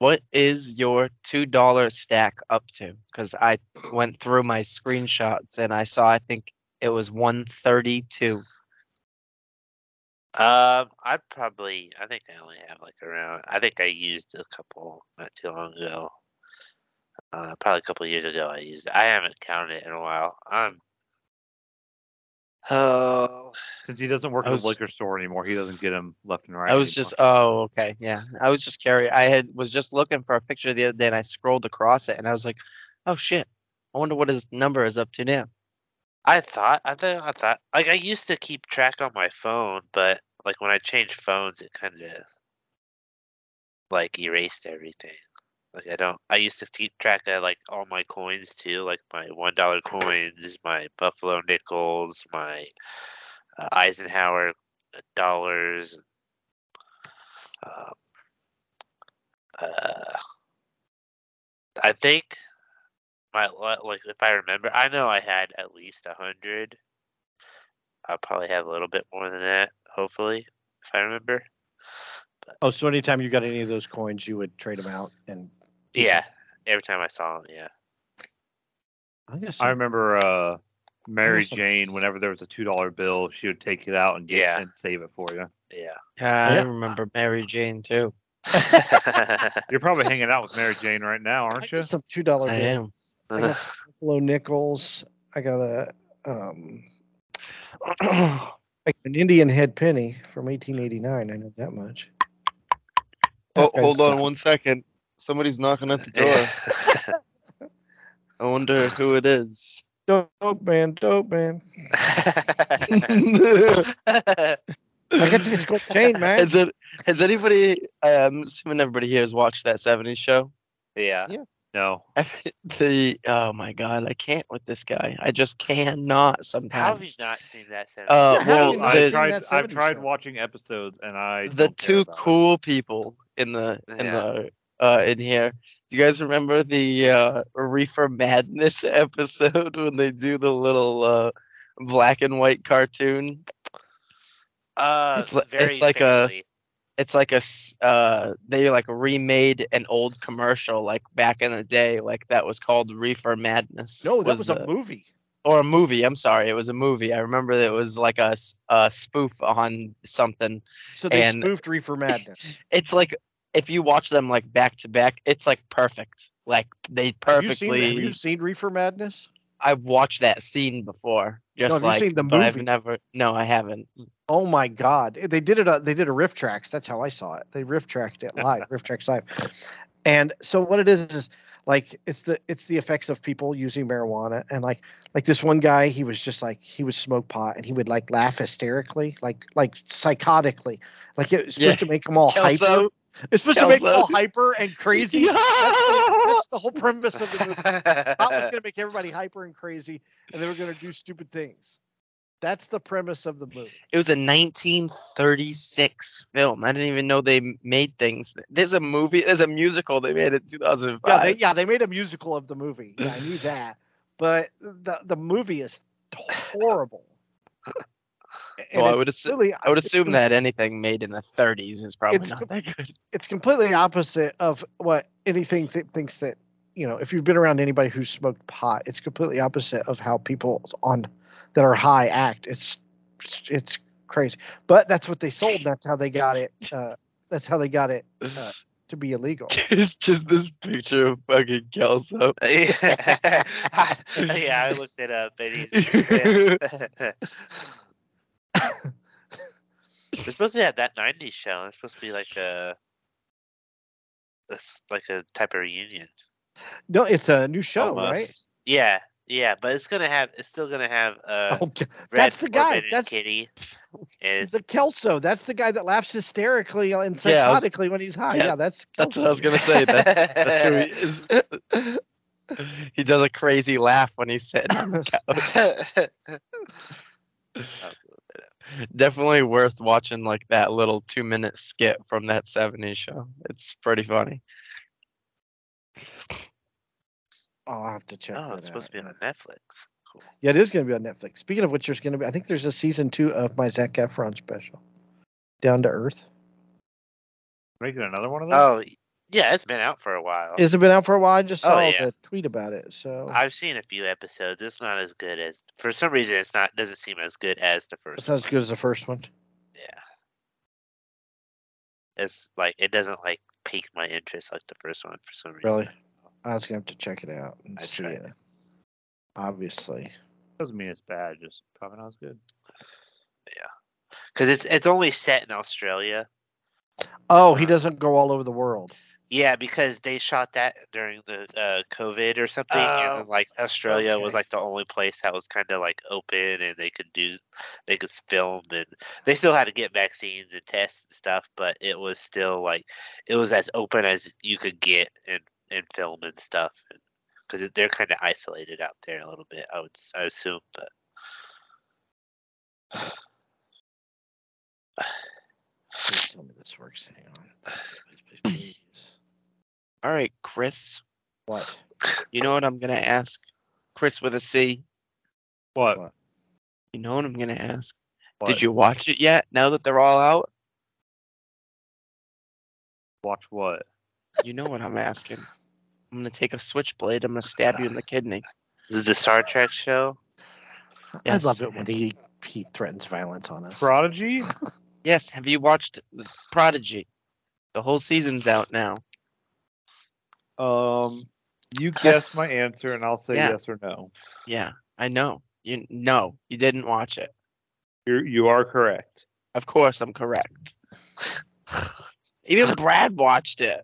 what is your two dollar stack up to? Because I went through my screenshots and I saw I think it was one thirty two.
Um, I probably, I think I only have like around. I think I used a couple not too long ago. Uh, probably a couple years ago. I used. I haven't counted it in a while. I'm. Oh,
Since he doesn't work
I
at
was-
the liquor store anymore, he doesn't get him left and right.
I was
anymore.
just oh okay yeah. I was just curious. I had was just looking for a picture the other day and I scrolled across it and I was like, oh shit. I wonder what his number is up to now.
I thought. I thought. I thought. Like I used to keep track on my phone, but like when I changed phones, it kind of like erased everything. Like I don't. I used to keep track of like all my coins too, like my one dollar coins, my Buffalo nickels, my uh, Eisenhower dollars. Um, uh, I think my li- like if I remember, I know I had at least a hundred. I probably had a little bit more than that, hopefully, if I remember.
Oh, so anytime you got any of those coins, you would trade them out, and Yeah.
Yeah, every time I saw him, yeah.
I guess
I remember uh, Mary
Awesome.
Jane. Whenever there was a two dollar bill, she would take it out and get
Yeah.
and save it for you.
Yeah.
I
Yeah.
remember Mary Jane too.
You're probably hanging out with Mary Jane right now,
I
aren't you?
got some two dollar
I
bills.
am.
I got some Buffalo nickels. I got a um, like an Indian head penny from 1889. I know that much.
Oh,
Okay,
hold on
so-
one second. Somebody's knocking at the door. I wonder who it is.
Dope, dope man, dope man. I got this gold chain, man.
Is it? Has anybody? I'm assuming everybody here has watched that '70s show.
yeah.
No.
the oh my god, I can't with this guy. I just cannot
How have you
sometimes.
not seen that since?
Uh,
How
well,
do you not
Well,
the-
I've
seen
tried.
that
I've
70s
tried
show?
watching episodes, and I
the
don't care
two
about it.
cool people in the in
Yeah.
the uh in here. Do you guys remember the uh Reefer Madness episode when they do the little uh black and white cartoon?
uh,
it's li-
very
it's like a-
faintly.
It's like a s- uh they like remade an old commercial like back in the day like that was called Reefer Madness.
No, that was,
the-
a movie.
or a movie. I'm sorry, it was a movie. I remember that it was like a, s- a spoof on something.
So they
and-
spoofed Reefer Madness.
It's like if you watch them like back to back, it's like perfect. Like they
Have you seen that?
perfectly.
Have you seen Reefer Madness?
I've watched that scene before. Just
have you
like,
seen the
but I've
movie?
never. No, I haven't.
Oh my God! They did it. Uh, they did a riff tracks. That's how I saw it. They riff tracked it live. riff tracks live. And so what it is is like it's the it's the effects of people using marijuana and like like this one guy he was just like he would smoke pot and he would like laugh hysterically like like psychotically like it was supposed
Yeah.
to make them all hyper.
Kelso.
It's supposed to make them
Kelso.
all hyper and crazy.
Yeah.
That's the whole premise of the movie. Pot was going to make everybody hyper and crazy, and they were going to do stupid things. That's the premise of the movie.
It was a 1936 film. I didn't even know they m- made things. There's a movie. There's a musical they made in 2005.
Yeah, they, yeah, they made a musical of the movie. Yeah, I knew that, but the the movie is horrible. And
Well, I
it's
would assu-
really-
I would
it's
assume
com-
that anything made in the 30s is probably
It's
not
com-
that good.
it's completely opposite of what anything th- thinks that you know. If you've been around anybody who smoked pot, it's completely opposite of how people on that are high act. It's it's crazy, but that's what they sold. That's how they got it. Uh, that's how they got it uh, to be illegal.
it's just this picture of fucking Kelso.
yeah, I looked it up. And he's, They're supposed to have that '90s show. It's supposed to be like a, it's like a type of reunion.
No, it's a new show,
almost.
right?
Yeah, yeah, but it's gonna have. It's still gonna have uh,
Oh, God.
Red
that's the guy,
Foreman and
that's-
Kitty. And it's
the Kelso. That's the guy that laughs hysterically and
Yeah, I was-
psychotically when he's high.
Yeah,
Yeah, that's
That's
Kelso.
what I was gonna say. That's, that's who he is. He does a crazy laugh when he said.
Oh,
Definitely worth watching like that little two minute skit from that '70s show. It's pretty funny.
Oh, I'll have to check.
oh,
that
it's supposed
out.
to be on Netflix. Cool.
Yeah, it is going to be on Netflix. Speaking of which, there's going to be. I think there's a season two of my Zac Efron special, Down to Earth.
Making another one of those?
Oh, yeah, it's been out for a while.
Is it been out for a while? I just
Oh,
saw
yeah.
the tweet about it. So
I've seen a few episodes. It's not as good as for some reason it's not doesn't seem as good as the
it's
first.
not as good as the first one.
It's like it doesn't like pique my interest like the first one for some reason.
Really, I was going to have to check it out and
I
see
tried
it. Obviously,
Doesn't mean it's bad, just probably not as good.
Because it's it's only set in Australia.
oh, he
not-
doesn't go all over the world.
Yeah, because they shot that during the uh, COVID or something,
Oh,
and like Australia was
okay.
like the only place that was kind of like open, and they could do, they could film, and they still had to get vaccines and tests and stuff, but it was still like, it was as open as you could get and and film and stuff, because they're kind of isolated out there a little bit. I would s- I assume, but
Please tell me this works. Hang on. Please, please, please.
All right, Chris.
What?
You know what I'm gonna ask? Chris with a C.
What?
What?
You know what I'm gonna ask?
What?
Did you watch it yet? Now that they're all out,
watch what?
you know what I'm asking. I'm gonna take a switchblade. I'm gonna stab you in the kidney.
this is the Star Trek show.
Yes.
I love it when he he threatens violence on us.
Prodigy?
Yes. Have you watched Prodigy? The whole season's out now.
Um, you guess my answer, and I'll say
Yeah.
yes or no.
Yeah, I know. You no, you didn't watch it.
You're, you are correct.
Of course, I'm correct. Even Brad watched it.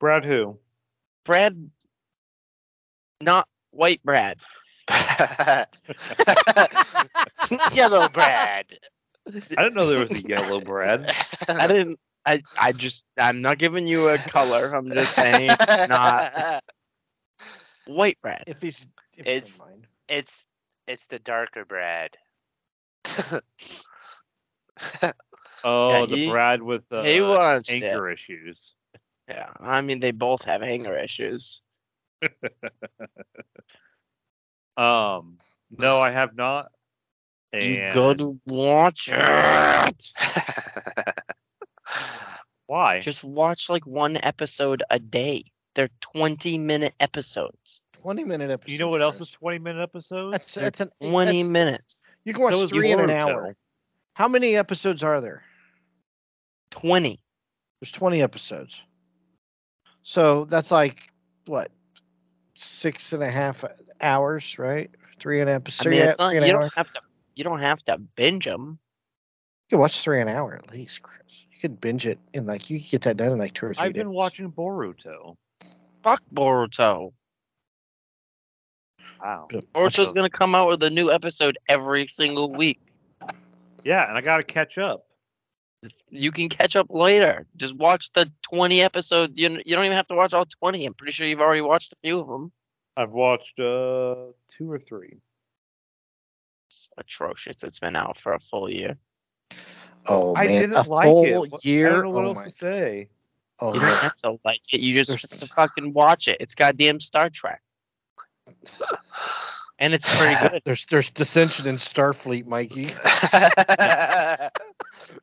Brad, who?
Brad, not white Brad.
Yellow Brad.
I didn't know there was a yellow Brad.
I didn't. I, I just I'm not giving you a color. I'm just saying it's not white Brad.
If he's if
It's-
it's mine.
It's it's the darker Brad.
Oh,
Yeah,
the
he-
Brad with the
he
uh,
watched it.
anchor issues.
Yeah, I mean they both have anger issues.
Um, no, I have not.
You
And
go to watch it.
why?
Just watch like one episode a day. They're 20 minute episodes.
Twenty minute episode.
you know what else is twenty minute episodes?
That's, that's an,
20
that's-
minutes.
You can watch
So is
three in an
Boruto.
hour. How many episodes are there?
20.
There's 20 episodes. So that's like what six and a half hours, right? Three and a half.
I
three
mean,
and a-
it's not,
three
you
and an hour.
don't have to. You don't have to binge them.
You can watch three an hour at least, Chris. You could binge it and like you could get that done in like two or 3
I've been
days.
watching Boruto.
Fuck Boruto.
Wow.
Yeah, watch
Boruto's
it.
gonna come out with a new episode every single week.
Yeah, and I gotta catch up.
You can catch up later. Just watch the 20 episodes. You you don't even have to watch all 20. I'm pretty sure you've already watched a few of them.
I've watched uh two or three.
Atrocious. It's been out for a full year.
Oh
I
man,
didn't
a
like it.
whole
What-
year.
I don't know what
oh
else
my-
to say.
oh,
You
man.
don't have to like it. You just
There's-
fucking watch it. It's goddamn Star Trek. And it's pretty good.
There's there's dissension in Starfleet, Mikey.
Well,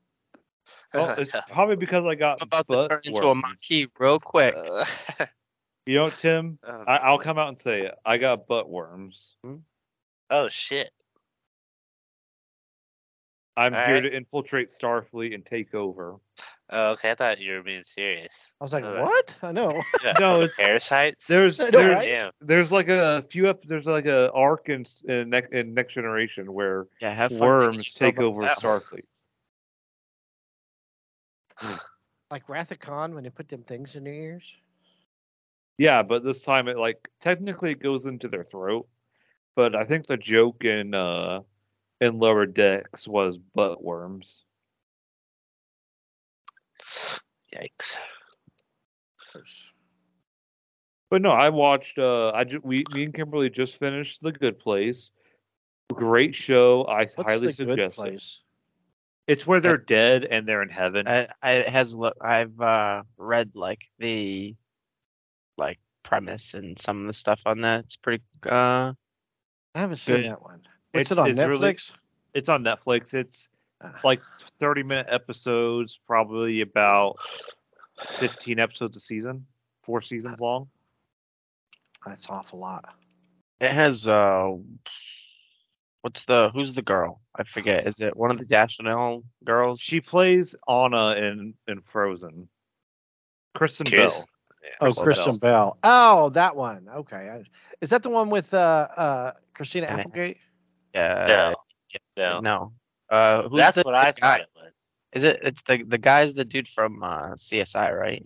Oh, it's probably because I got
I'm about to
butt
turn into a
worms.
monkey real quick.
Uh,
You know, Tim,
Um,
I, I'll come out and say it. I got butt worms.
oh shit.
I'm
All
here
right.
to infiltrate Starfleet and take over.
Oh, okay, I thought you were being serious.
I was like,
Uh,
what? I know.
Yeah.
No, it's
Parasites?
there's
No,
there's
right?
yeah.
there's like a few up there's like a arc in s- in next in next generation where
Yeah, have fun.
worms
thinking
take over
that one.
Starfleet.
Like Wrath of Khan when they put them things in their ears.
Yeah, but this time it like technically it goes into their throat. But I think the joke in uh in lower decks was butt worms.
Yikes.
But no, I watched. Uh, I ju- we me and Kimberly just finished The Good Place. Great show. I
What's the
highly
good
suggest it.
place?
It's where they're dead and they're in heaven.
I, I it has look. I've uh, read like the like premise and some of the stuff on that. It's pretty. Uh,
I haven't seen
Good.
that one. What's
It's-
it on
it's
Netflix?
really- it's on Netflix. It's
Ah.
like thirty minute episodes, probably about fifteen episodes a season, four seasons long.
That's an awful lot.
it has uh, what's the who's the girl? I forget. Is it one of the Dashnell girls?
She plays Anna in in Frozen. Kristen
Curious.
Bell.
Oh,
Kristen
Kristen Bell. Oh, that one. Okay. I, is that the one with uh, uh, Christina
And it-
Applegate?
Uh,
No. No.
no. Uh, who's
That's
the,
what I
the guy?
thought it was.
Is it? It's the the guy's the dude from uh, CSI, right?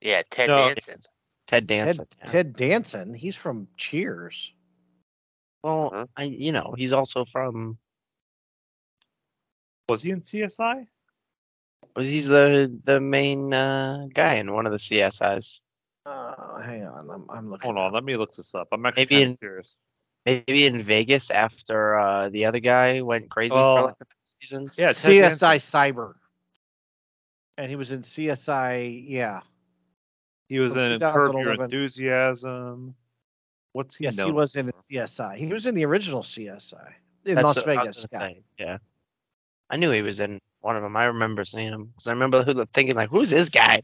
Yeah, Ted
No.
Danson.
Ted,
Ted Danson. yeah.
Ted Danson. He's from Cheers.
Well,
Uh-huh.
I you know he's also from.
Was he in CSI?
He's the the main uh, guy in one of the CSIs.
Uh, hang on. I'm, I'm looking.
Hold on, let me look this up. I'm actually
Maybe
kind
in-
of curious.
Maybe in Vegas after uh, the other guy went crazy for
Oh.
like a few seasons.
Yeah, Ted
CSI
Danson.
Cyber. And he was in CSI. Yeah.
He was
from
in Curb Your
2011.
Enthusiasm. What's he
yes, he
known
was in
for?
CSI. He was in the original CSI in
That's
Las
what I was
Vegas.
gonna
Yeah.
say, Yeah, I knew he was in one of them. I remember seeing him because I remember who thinking like, "Who's this guy?"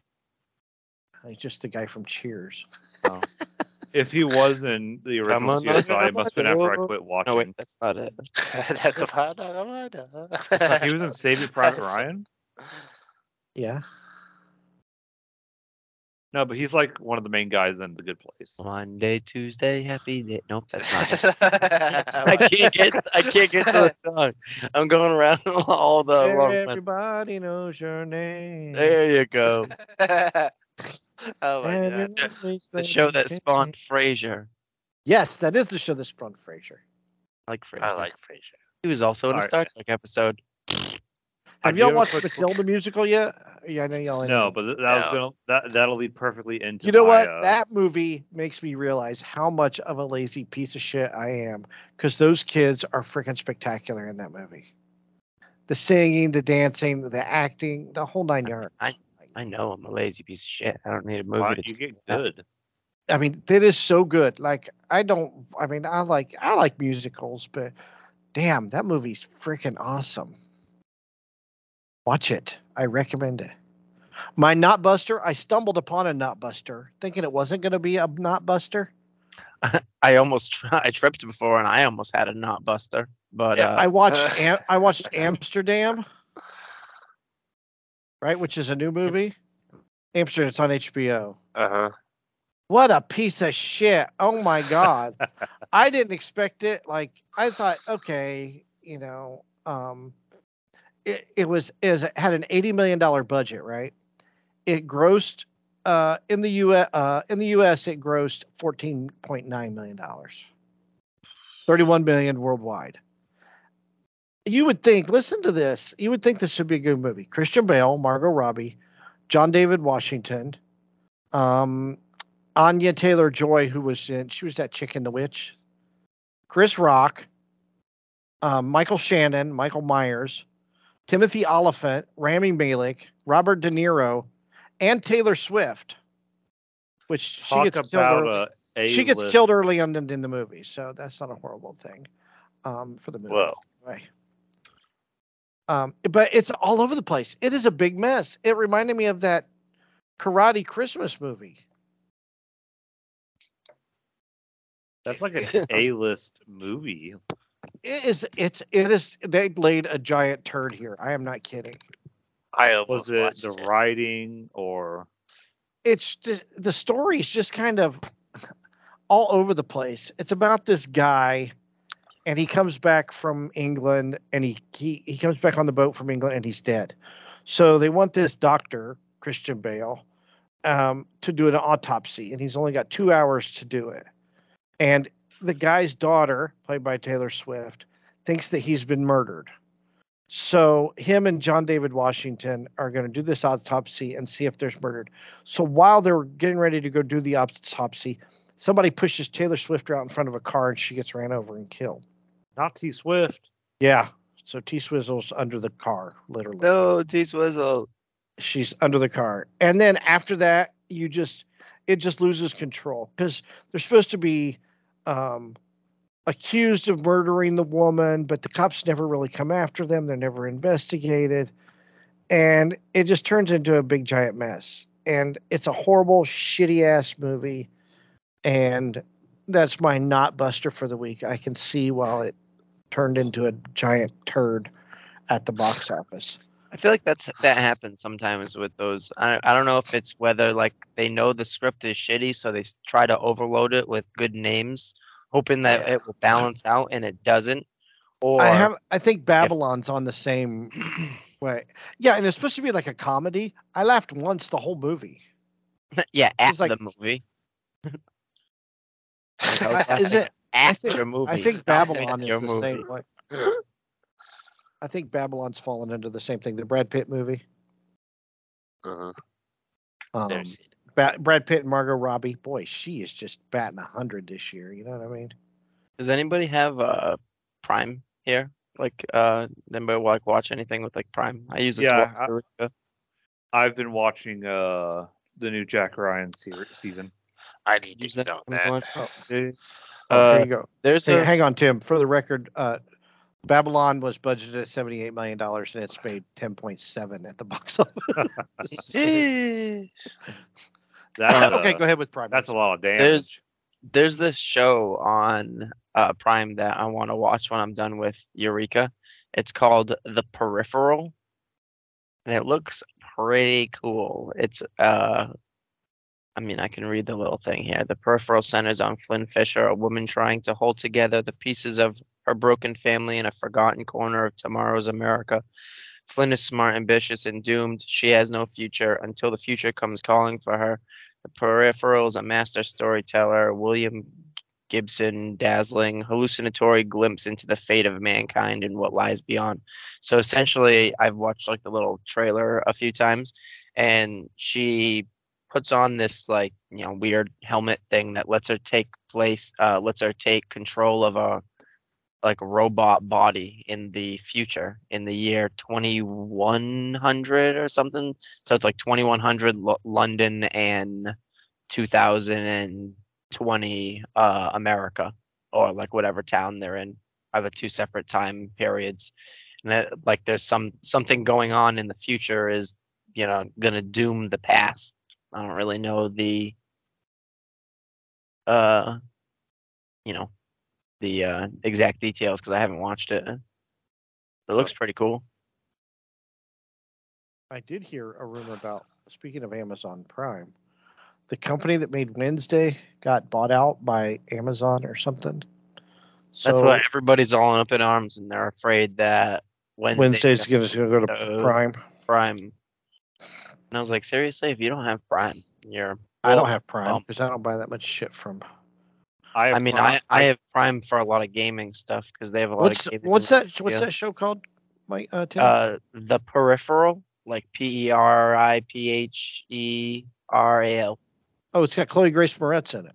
He's just the guy from Cheers.
If he was in the
Come
original
on, let's
CSI, it must have been after I quit watching.
No, wait, that's not it.
he was in Saving Private Ryan.
Yeah.
No, but he's like one of the main guys in The Good Place.
Uh-huh. Monday, Tuesday, happy day. Nope, that's not it. I
Ryan.
can't get I can't get to the song. I'm going around all the wrong ones.
Everybody knows your name.
There you go.
oh my god.
The show that spawned Frasier.
Yes, that is the show that spawned Frasier.
I like Frasier.
I like Frasier.
He was also in a
Alright.
Star Trek episode.
Have
Have
y'all
you ever
watched
put-
Matilda musical yet? Yeah, I know y'all. ain't-
No, but th- that
No.
was gonna that that'll lead perfectly into
You know
my,
what?
uh,
that movie makes me realize how much of a lazy piece of shit I am because those kids are freaking spectacular in that movie. The singing, the dancing, the acting, the whole nine yards.
I I know I'm a lazy piece of shit. I don't need a
why
movie
don't
to
you get
that.
good.
I mean, that is so good. Like, I don't. I mean, I like I like musicals, but damn, that movie's freaking awesome. Watch it. I recommend it. My Knotbuster. I stumbled upon a Knotbuster, thinking it wasn't going to be a Knotbuster.
I almost tri- I tripped before and I almost had a knot buster. But
Yeah,
uh,
I watched. Am- I watched Amsterdam. Right, which is a new movie. Amsterdam. It's on HBO.
Uh huh.
What a piece of shit. Oh my god. I didn't expect it. Like I thought, okay, you know, um it, it was is had an 80 million dollar budget, right? It grossed uh in the US uh in the US it grossed 14.9 million dollars. 31 million worldwide. You would think, listen to this. You would think this would be a good movie. Christian Bale, Margot Robbie, John David Washington, um, Anya Taylor Joy, who was in, she was that chick in The Witch. Chris Rock, um, Michael Shannon, Michael Myers, Timothy Oliphant, Rami Malek, Robert De Niro, and Taylor Swift, which she
Talk
gets killed
about
early
a a
she gets killed early on in, in the movie, so that's not a horrible thing um, for the movie.
Whoa.
Right. Um, but it's all over the place. It is a big mess. It reminded me of that Karate Christmas movie.
That's like an A list movie.
It is. It's. It is. They laid a giant turd here. I am not kidding.
I almost
Was it
watched
the
it.
writing or
It's just, the story's just kind of all over the place. It's about this guy, and he comes back from England, and he he, he comes back on the boat from England, and he's dead. So they want this doctor Christian Bale um, to do an autopsy, and he's only got two hours to do it. And the guy's daughter, played by Taylor Swift, thinks that he's been murdered. So him and John David Washington are going to do this autopsy and see if there's murdered. So while they're getting ready to go do the autopsy, somebody pushes Taylor Swift out in front of a car and she gets ran over and killed.
not T Swift?
Yeah. So T Swizzle's under the car, literally.
No, T Swizzle.
she's under the car and then after that you just it just loses control because they're supposed to be um accused of murdering the woman but the cops never really come after them they're never investigated and it just turns into a big giant mess and it's a horrible shitty ass movie and that's my not buster for the week i can see while it turned into a giant turd at the box office
I feel like that's that happens sometimes with those. I I don't know if it's whether like they know the script is shitty, so they s- try to overload it with good names, hoping that it will balance out, and it doesn't. Or
I have. I think Babylon's on the same way. Yeah, and it's supposed to be like a comedy. I laughed once the whole movie.
yeah, at
It's like-
the movie.
I, is it? I
After
think-
movie.
I think
not
Babylon
at
is
your
the same way. I think Babylon's fallen under the same thing. The Brad Pitt movie.
Uh-huh. Never
Um,
seen it.
Ba- Brad Pitt and Margot Robbie. Boy, she is just batting a hundred this year. You know what I mean?
Does anybody have uh Prime here? Like uh, anybody like watch anything with like Prime? I use it.
Yeah,
to
I-
watch Eureka.
I've been watching uh the new Jack Ryan se- season.
I need
Use
to
that
get on
to
that.
watch-
Oh, oh, there
Uh,
you go.
there's
Hey,
a
hang on, Tim. For the record, uh, Babylon was budgeted at seventy-eight million dollars, and it's made ten point seven at the box office.
Uh,
That's
Uh, okay,
a-
go ahead with Prime.
That's a lot of damage.
there's there's this show on uh, Prime that I want to watch when I'm done with Eureka. It's called The Peripheral, and it looks pretty cool. It's uh, I mean, I can read the little thing here. The peripheral centers on Flynn Fisher, a woman trying to hold together the pieces of her broken family in a forgotten corner of tomorrow's America. Flynn is smart, ambitious, and doomed. She has no future until the future comes calling for her. The peripheral is a master storyteller, William Gibson, dazzling, hallucinatory glimpse into the fate of mankind and what lies beyond. So essentially, I've watched like the little trailer a few times, and she puts on this like you know weird helmet thing that lets her take place, uh, lets her take control of a like robot body in the future in the year 2100 or something so it's like 2100 Lo- london and 2020 uh america or like whatever town they're in are the two separate time periods and that, like there's some something going on in the future is you know gonna doom the past i don't really know the uh you know the uh, exact details because I haven't watched it. It
Oh.
looks pretty cool.
I did hear a rumor about speaking of Amazon Prime, the company that made Wednesday got bought out by Amazon or something. So
That's why everybody's all up in arms and they're afraid that Wednesday's,
Wednesday's
gonna
going to go to
No.
Prime.
be Prime. And I was like, seriously, if you don't have Prime, you're.
I don't have Prime
Well-
because I don't buy that much shit from.
I, have
I mean,
Prime-
I, I have Prime for a lot of gaming stuff because they have a lot
What's
of gaming.
what's that? What's
yeah.
that show called? My uh, Tim?
Uh, the peripheral, like P E R I P H E R A L.
oh, it's got Chloe Grace Moretz in it.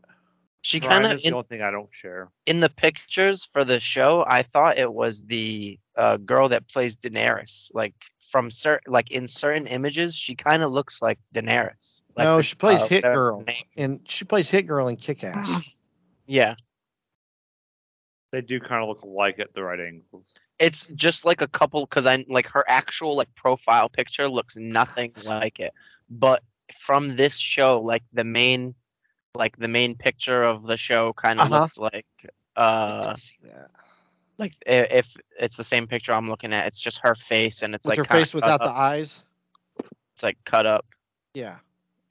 She
Prime
kind of
is the only thing I don't share.
in the pictures for the show, I thought it was the uh, girl that plays Daenerys. Like from certain, like in certain images, she kind of looks like Daenerys. Like
no,
the-
she plays
uh,
Hit
whatever
Girl,
her name is. Uh,
and she plays Hit Girl in Kick Ass.
yeah,
They do kind of look alike at the right angles.
it's just like a couple because I like her actual like profile picture looks nothing like it. But from this show, like the main, like the main picture of the show kind of
Uh-huh.
looked like uh
see that.
Like i- if it's the same picture I'm looking at, it's just her face and it's
with
like
her
kinda
face
cut
without
up.
the eyes.
It's like cut up.
Yeah,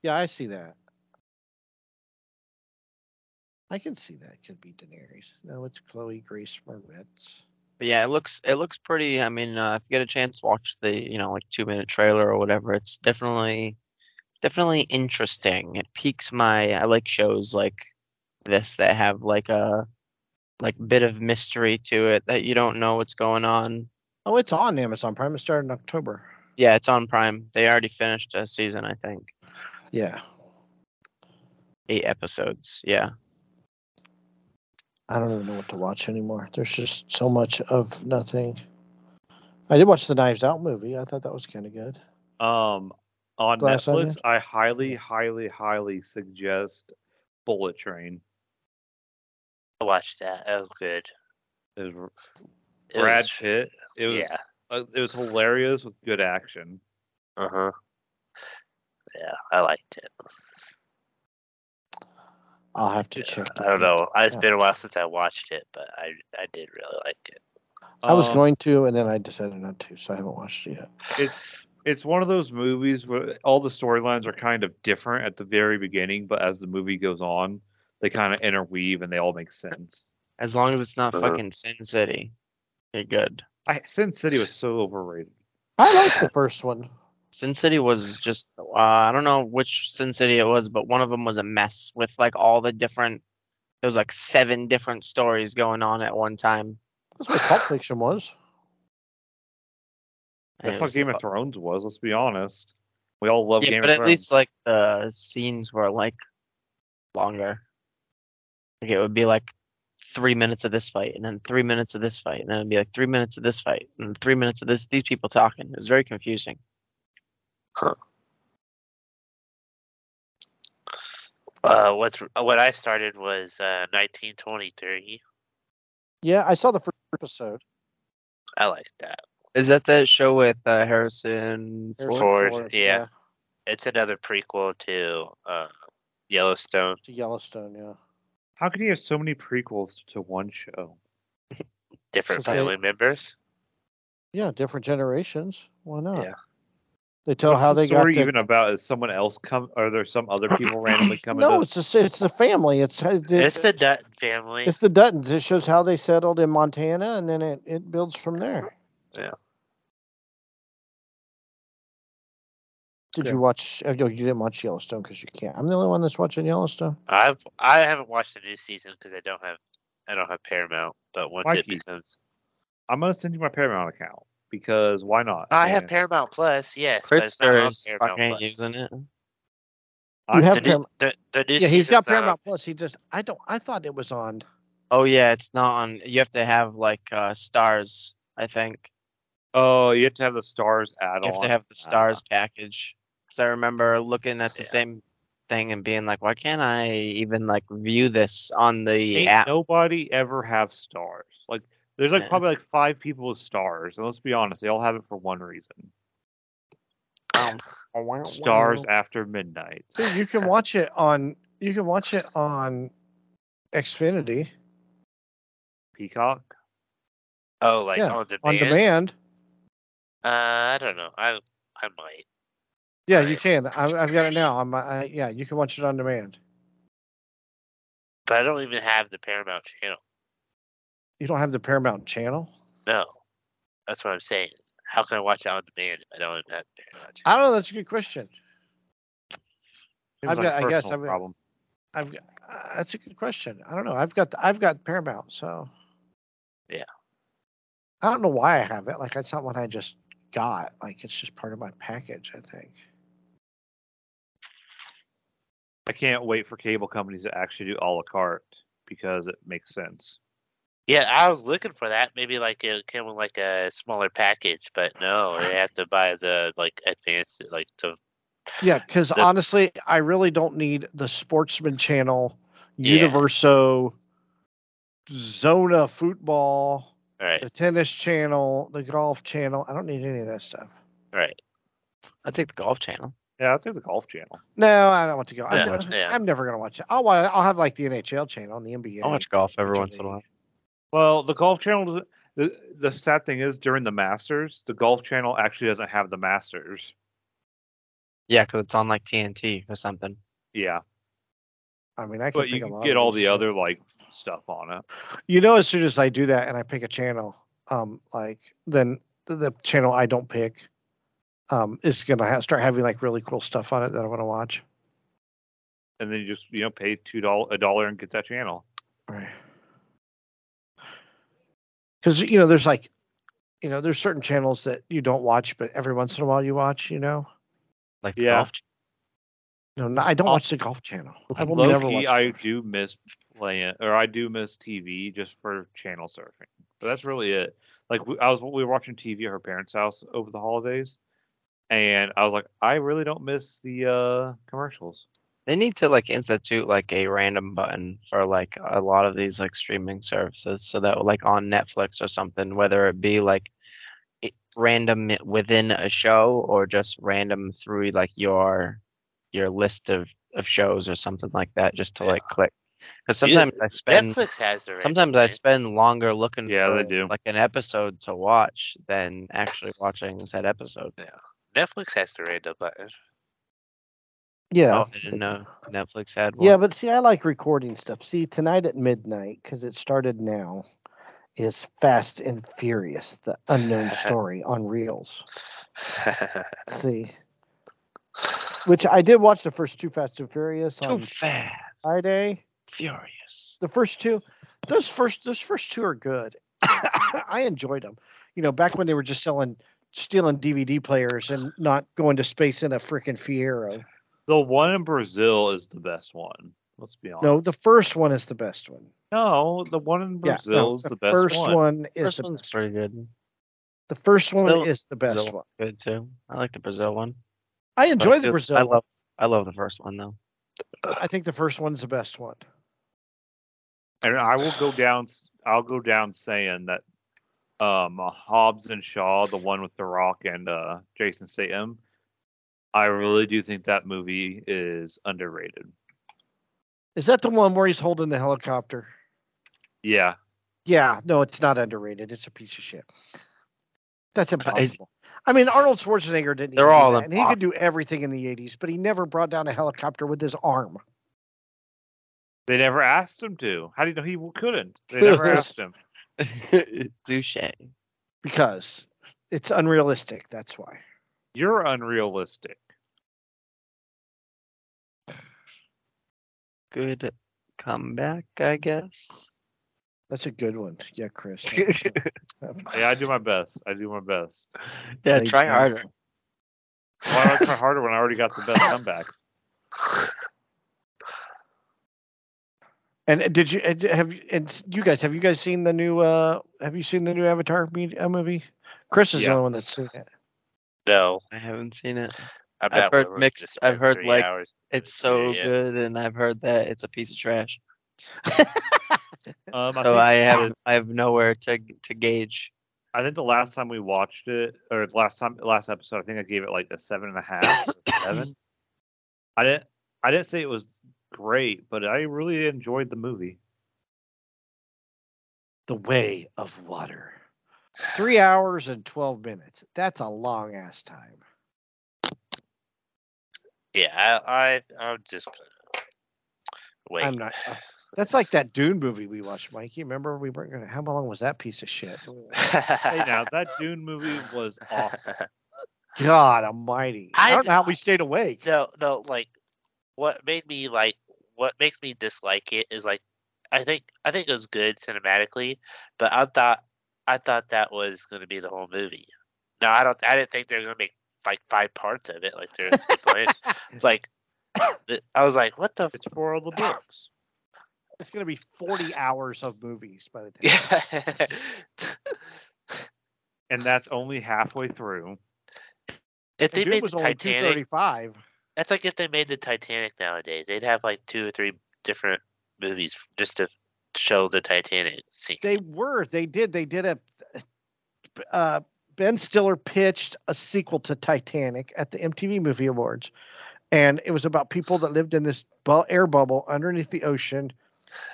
yeah, I see that. I can see that could be Daenerys. No, it's Chloe Grace Moretz.
But yeah, it looks it looks pretty. I mean, uh, if you get a chance, watch the you know like two minute trailer or whatever. It's definitely definitely interesting. It piques my. I like shows like this that have like a like bit of mystery to it that you don't know what's going on.
Oh, it's on Amazon Prime. It started in October.
Yeah, it's on Prime. They already finished a season, I think,
Yeah,
eight episodes. Yeah,
I don't even know what to watch anymore. There's just so much of nothing. I did watch the Knives Out movie. I thought that was kind of good.
Um, on
Glass
Netflix,
Onion?
I highly, highly, highly suggest Bullet Train.
I watched that. That was good.
It was
It
Brad
was-
Pitt. It was
yeah.
uh, it was hilarious with good action.
Uh huh. Yeah, I liked it.
I'll have to
Yeah,
check.
I
it
don't
out.
know. It's
Yeah.
been a while since I watched it, but I I did really like it.
I was
Um,
going to, and then I decided not to, so I haven't watched it yet.
It's it's one of those movies where all the storylines are kind of different at the very beginning, but as the movie goes on, they kind of interweave and they all make sense.
as long as it's not
Uh-huh.
fucking Sin City, you're good.
I Sin City was so overrated.
I liked the first one.
Sin City was just uh, I don't know which Sin City it was, but one of them was a mess with like all the different. There was like seven different stories going on at one time.
That's what Pulp Fiction was.
and
That's
it
how
was-
Game of Thrones was. Let's be honest. We all love
yeah,
Game
but
of
at
Thrones.
least like the scenes were like longer. Like it would be like three minutes of this fight, and then three minutes of this fight, and then it'd be like three minutes of this fight, and then three minutes of this. These people talking. It was very confusing.
Uh, what's what I started was uh 1923.
Yeah, I saw the first episode.
I liked that.
Is that that show with uh, Harrison
Harrison
Ford?
Ford,
Ford,
yeah. It's another prequel to uh Yellowstone.
to Yellowstone. Yeah,
How can you have so many prequels to one show?
Different
So they-
family members.
yeah, different generations. Why not?
Yeah.
They tell
What's
how
the
they got.
story
the-
even about? Is someone else come? Are there some other people randomly coming?
no,
to,
it's the s- it's the family. It's it's,
It's the Dutton family.
it's the Duttons. It shows how they settled in Montana, and then it, it builds from there.
Yeah.
Did
Yeah.
you watch? Oh, no, you didn't watch Yellowstone because you can't. I'm the only one that's watching Yellowstone.
I've I haven't watched the new season because I don't have I don't have Paramount. But once it
Mikey.
becomes,
I'm gonna send you my Paramount account because why not?
I have
And
Paramount Plus. Yes, but
Chris
it's not on
is
Paramount
fucking
Plus.
using it.
You
I-
have
The new,
Paramount-
the, the new
yeah, he's
season's
got
not on-
Paramount Plus. He just I don't. I thought it was on.
Oh yeah, it's not on. You have to have like uh, stars. I think
Oh, you have to have the stars add
you
on.
have to have the stars package. Because I remember looking at the
Yeah.
same thing and being like, why can't I even like view this on the
Ain't
app?
nobody ever have stars. Like there's like
Yeah.
probably like five people with stars, and let's be honest, they all have it for one reason:
Um,
stars after midnight.
Dude, you can watch it on. You can watch it on Xfinity
Peacock.
Oh, like
Yeah,
on demand.
on demand.
Uh, I don't know. I I might.
Yeah, you can. I've, I've got it now. I'm, I, yeah, you can watch it on demand.
But I don't even have the Paramount channel.
You don't have the Paramount channel.
No, that's what I'm saying. How can I watch it on demand if I don't even have the Paramount? Channel?
I don't know. That's a good question.
Seems
I've
like a
got- I guess
personal
I've got-
problem.
I've got, uh, that's a good question. I don't know. I've got I've got Paramount, so
Yeah.
I don't know why I have it. Like it's not what I just got. Like it's just part of my package. I think.
I can't wait for cable companies to actually do a la carte because it makes sense.
Yeah, I was looking for that. Maybe like it came with like a smaller package, but no, they have to buy the like advanced like the
Yeah, because
The-
honestly, I really don't need the Sportsman Channel,
Yeah.
Universo, Zona Football,
all right,
the Tennis Channel, the Golf Channel. I don't need any of that stuff.
all right.
I take the golf channel.
Yeah, I'll take the golf channel.
No, I don't want to go. I'm,
Yeah,
never-
yeah.
I'm never gonna watch it. I'll wa- I'll have like the NHL channel, the NBA.
I watch golf every
Major
once in a
League.
while.
Well, the golf channel doesn't- the, the sad thing is during the Masters, the Golf Channel actually doesn't have the Masters.
Yeah, because it's on like TNT or something.
Yeah,
I mean, I can
but
pick
you
a
can
lot
get
of
all
these,
the
so-
other like stuff on it.
You know, as soon as I do that and I pick a channel, um, like then the, the channel I don't pick, um, is gonna ha- start having like really cool stuff on it that I want to watch.
and then you just you know pay two dollar a dollar and get that channel.
Right. Because you know, there's like, you know, there's certain channels that you don't watch, but every once in a while you watch. You know,
Like the
Yeah.
golf ch-
no, no I don't
Oh.
watch the Golf Channel. I will
Low
never
key,
watch.
I do miss playing, or I do miss TV just for channel surfing. But that's really it. Like we, I was, we were watching TV at her parents' house over the holidays, and I was like, I really don't miss the uh commercials.
They need to like institute like a random button for like a lot of these like streaming services, so that like on Netflix or something, whether it be like i- random i- within a show or just random through like your your list of of shows or something like that, just to like click. Because
Yeah.
sometimes I spend
Netflix has the.
sometimes I spend longer looking
Yeah,
for
they do.
like an episode to watch than actually watching said episode.
Netflix has the random button.
Yeah.
Oh, I didn't know Netflix had one.
Yeah, but see, I like recording stuff. See, tonight at midnight, because it started now, is Fast and Furious, the unknown story on Reels. See, which I did watch the first two Fast and Furious
Too
on
fast,
Friday.
furious.
The first two, those first, those first two are good. I enjoyed them. You know, back when they were just selling, stealing DVD players and not going to space in a freaking Fiero.
The one in Brazil is the best one. Let's be honest.
No, the first one is the best one.
No, the one in
Yeah, no,
Brazil is the, best
first
one.
one, is
First
the
one's
best.
pretty good.
The first one
Brazil-
is the best
Brazil
one.
one's good too. I like the Brazil one.
I
but
enjoy
I
the Brazil.
I
one.
love I love the first one though.
I think the first one's the best one.
and I will go down. s- I'll go down saying that um Hobbs and Shaw, the one with The Rock and uh Jason Statham, I really do think that movie is underrated.
Is that the one where he's holding the helicopter?
Yeah,
Yeah, no, it's not underrated. It's a piece of shit. That's
it's-
impossible. I mean, Arnold Schwarzenegger didn't.
They're
even do
all
that, and he could do everything in the '80s, but he never brought down a helicopter with his arm.
they never asked him to. How do you know he w- couldn't? They never asked him.
Douche. I
because it's unrealistic. That's why.
You're unrealistic.
Good comeback, I guess.
That's a good one. Yeah, Chris.
Yeah, I do my best. I do my best.
yeah,
They
try
don't.
harder.
Why do I try harder when I already got the best comebacks?
and uh, did you and have you- and s- you guys have you guys seen the new uh have you seen the new Avatar me- uh, movie? Chris is the
Yeah.
only one that's seen it.
No,
I haven't seen it.
I'm
I've
not
heard
willing to
mixed-
spend
I've heard,
three
like,
hours.
It's so
Yeah.
good, and I've heard that it's a piece of trash.
Um, I
So
think
I
the-
have I have nowhere to to gauge.
I think the last time we watched it, or the last time, last episode, I think I gave it like a seven and a half, or seven. I didn't, I didn't say it was great, but I really enjoyed the movie.
The Way of Water. Three hours and twelve minutes. That's a long ass time.
Yeah, I, I I'm just gonna wait.
I'm not. uh, that's like that Dune movie we watched, Mikey. Remember we weren't gonna. How long was that piece of shit?
Hey, now that Dune movie was awesome.
God Almighty! I,
I-
don't know how we stayed awake.
no, no, like what made me like what makes me dislike it is like I think I think it was good cinematically, but I thought I thought that was gonna be the whole movie. No, I don't. I didn't think they were gonna make like five parts of it. Like they're they planned. It's like th- I was like, what the.
It's for all the books.
It's gonna be forty hours of movies by the time.
f-
And that's only halfway through.
if
The
they
Dune
made the
was only two
Titanic,
thirty-five.
that's like if they made the Titanic nowadays, they'd have like two or three different movies f- just to show the Titanic scene.
They were. They did. They did a. Uh, ben Stiller pitched a sequel to Titanic at the MTV Movie Awards, and it was about people that lived in this bu- air bubble underneath the ocean,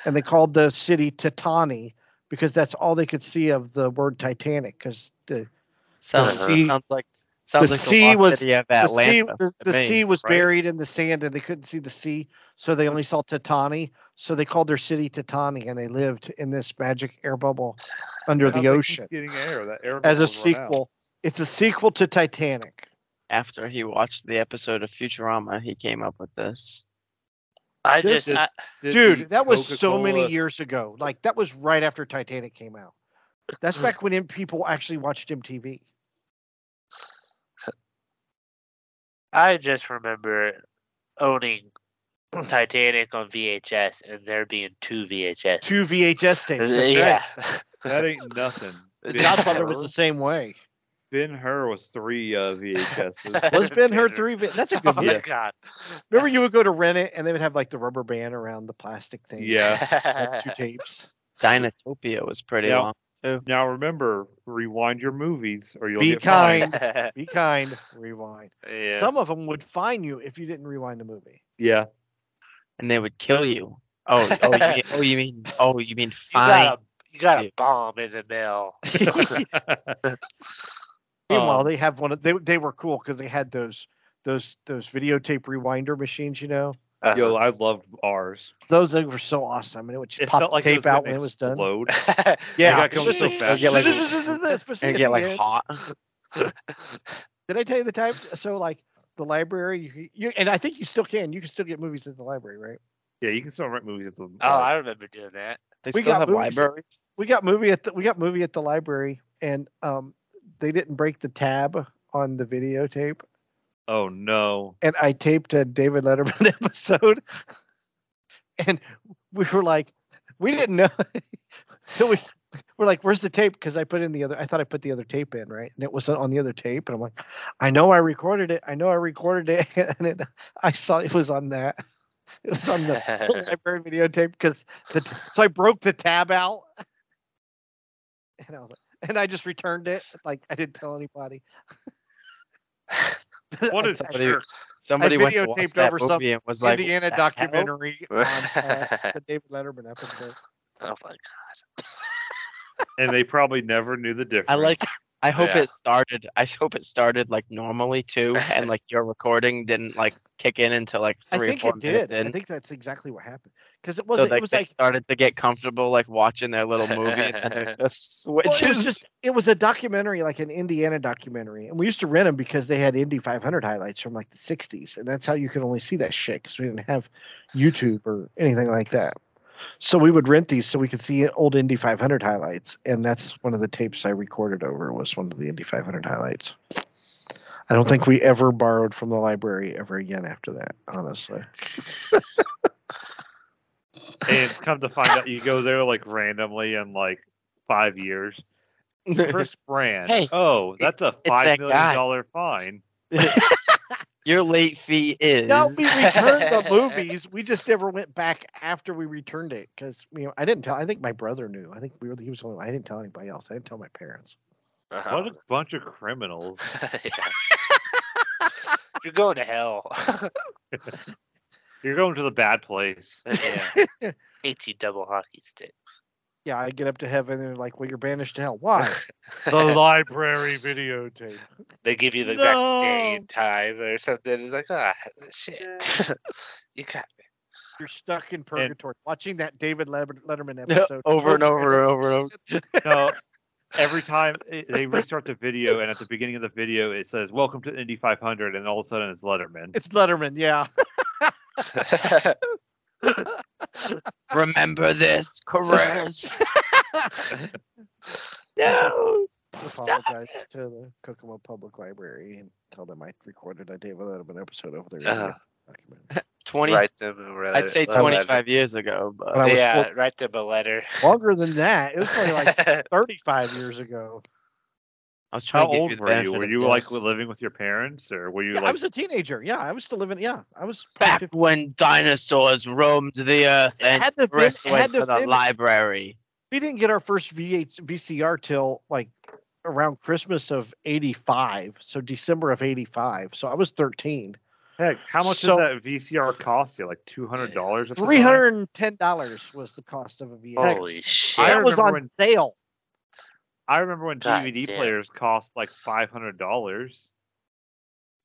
and they called the city Titani because that's all they could see of the word Titanic because the
Sounds,
The
sea-
sounds like sounds
the
like
sea
the lost
was-
city of
the
Atlanta.
sea, the,
to
the
me,
sea was
right?
buried in the sand and they couldn't see the sea, so they only
This-
saw Titani. So they called their city Titani, and they lived in this magic air bubble under
How'd
the
they keep
ocean
Getting air. That air
as a
bubble's run out.
sequel. It's a sequel to Titanic.
After he watched the episode of Futurama, he came up with this.
I
This
just
is-
I,
Did the
Dude, that was so many
Coca-Cola-
years ago. Like that was right after Titanic came out. That's
Hmm.
back when M- people actually watched MTV.
I just remember owning Titanic on VHS and there being two VHS.
Two VHS tapes. that's
Uh, yeah.
right.
That ain't nothing.
The
Godfather was the same way.
Ben Hur was three uh, VHSs.
Was Ben Hur three? vi- That's a
Oh
good
my
movie.
god.
Remember, you would go to rent it, and they would have like the rubber band around the plastic thing.
yeah.
like, two tapes.
Dinotopia was pretty
Yeah.
long.
Now remember, rewind your movies, or you'll
Be
get fined.
kind. Be kind. Rewind.
yeah.
Some of them would fine you if you didn't rewind the movie.
Yeah.
And they would kill you. Oh, oh, you mean, oh, you mean, oh, you mean
you
fine.
got a you got
Yeah.
a bomb in the mail.
Meanwhile,
Um,
they have one. Of, they they were cool because they had those those those videotape rewinder machines. You know,
Uh-huh.
Yo, I loved ours.
those things were so awesome, and it would just
It
pop
felt
the
like
tape
was gonna
out when it was done.
explode.
Uh-huh.
Yeah,
got going so fast.
Get
Get
like,
like-
especially
And
at
get
the
like
end.
hot.
Did I tell you the time? So like the library, you, you and I think you still can. You can still get movies at the library, right?
Yeah, you can still rent movies at the.
oh, I remember doing that.
They
We
still
got
have
movies.
libraries.
we got movie at the we got movie at the library and um they didn't break the tab on the videotape
oh no.
and I taped a David Letterman episode and we were like we didn't know so we we're like where's the tape because I put in the other I thought I put the other tape in right and it wasn't on the other tape and I'm like I know I recorded it I know I recorded it and it, I saw it was on that it was on the library videotape because the, so I broke the tab out, and I was like, and I just returned it. Like I didn't tell anybody.
What
I-
a
I-
Somebody,
jerk.
somebody went to watch
videotaped
that
over
movie
some
and was like,
Indiana
"What the hell?"
documentary on uh, the David Letterman episode.
oh my god.
And they probably never knew the difference.
I like. I hope
Yeah.
it started. I s- hope it started like normally too, and like your recording didn't like kick in until like
I
three or
think
four
it
minutes
did.
in.
I think that's exactly what happened because it
so
wasn't.
like
it was
they
like
started to get comfortable like watching their little movie and then it just
well,
switches.
it was just it was a documentary, like an Indiana documentary, and we used to rent them because they had Indy 500 highlights from like the 60s, and that's how you could only see that shit because we didn't have YouTube or anything like that. So we would rent these so we could see old Indy 500 highlights, and that's one of the tapes I recorded over was one of the Indy 500 highlights. I don't think we ever borrowed from the library ever again after that, honestly.
And come to find out, you go there like randomly in like five years. Chris Brand.
Hey,
oh, that's a
that
five
guy.
million dollar fine.
your late fee is
No, we returned the movies. We just never went back after we returned it because you know I didn't tell. I think my brother knew. I think we were he was the only. one. I didn't tell anybody else. I didn't tell my parents.
Oh. Uh-huh.
What a bunch of criminals.
Yeah. You're going to hell.
You're going to the bad place.
yeah. 18 double hockey sticks.
Yeah, I get up to heaven and they're like, well, you're banished to hell. Why? the library videotape.
they give you the exact day
No.
and time or something. It's like, ah, shit. you got
You're stuck in purgatory watching that David Leb- Letterman episode
over and over and over and over.
No, every time it- they restart the video, and at the beginning of the video, it says "Welcome to Indy 500," and all of a sudden it's Letterman.
It's Letterman. Yeah.
Remember this, Chris. no. Stop.
Apologize to the Kokomo Public Library and tell them I recorded a David Letterman episode over there.
Uh-huh.
documentary.
Twenty.
write them. a re-
I'd say
a letter.
twenty-five years ago, but
I was
Yeah, write them a letter.
Longer than that. It was probably like 35 years ago.
I was trying
How
to give
old
you the
were you?
benefit
Were
of
you
the
like
doubt.
living with your parents, or were you
Yeah, I
like?
was a teenager. Yeah, I was still living. Yeah, I was probably
back
fif-
when dinosaurs roamed the earth
It
and
had to fin- it
Chris
had
went
to
to the
fin-
library?
We didn't get our first VH, VCR till like around Christmas of '85, so December of '85. So I was 13
Heck, how much
So-
did that VCR cost you? Like two hundred dollars?
Three hundred and ten dollars was the cost of a VHS.
Heck,
Holy shit!
I
that was
remember
on
when-
sale.
I remember when
God
DVD
damn.
players cost like five hundred dollars.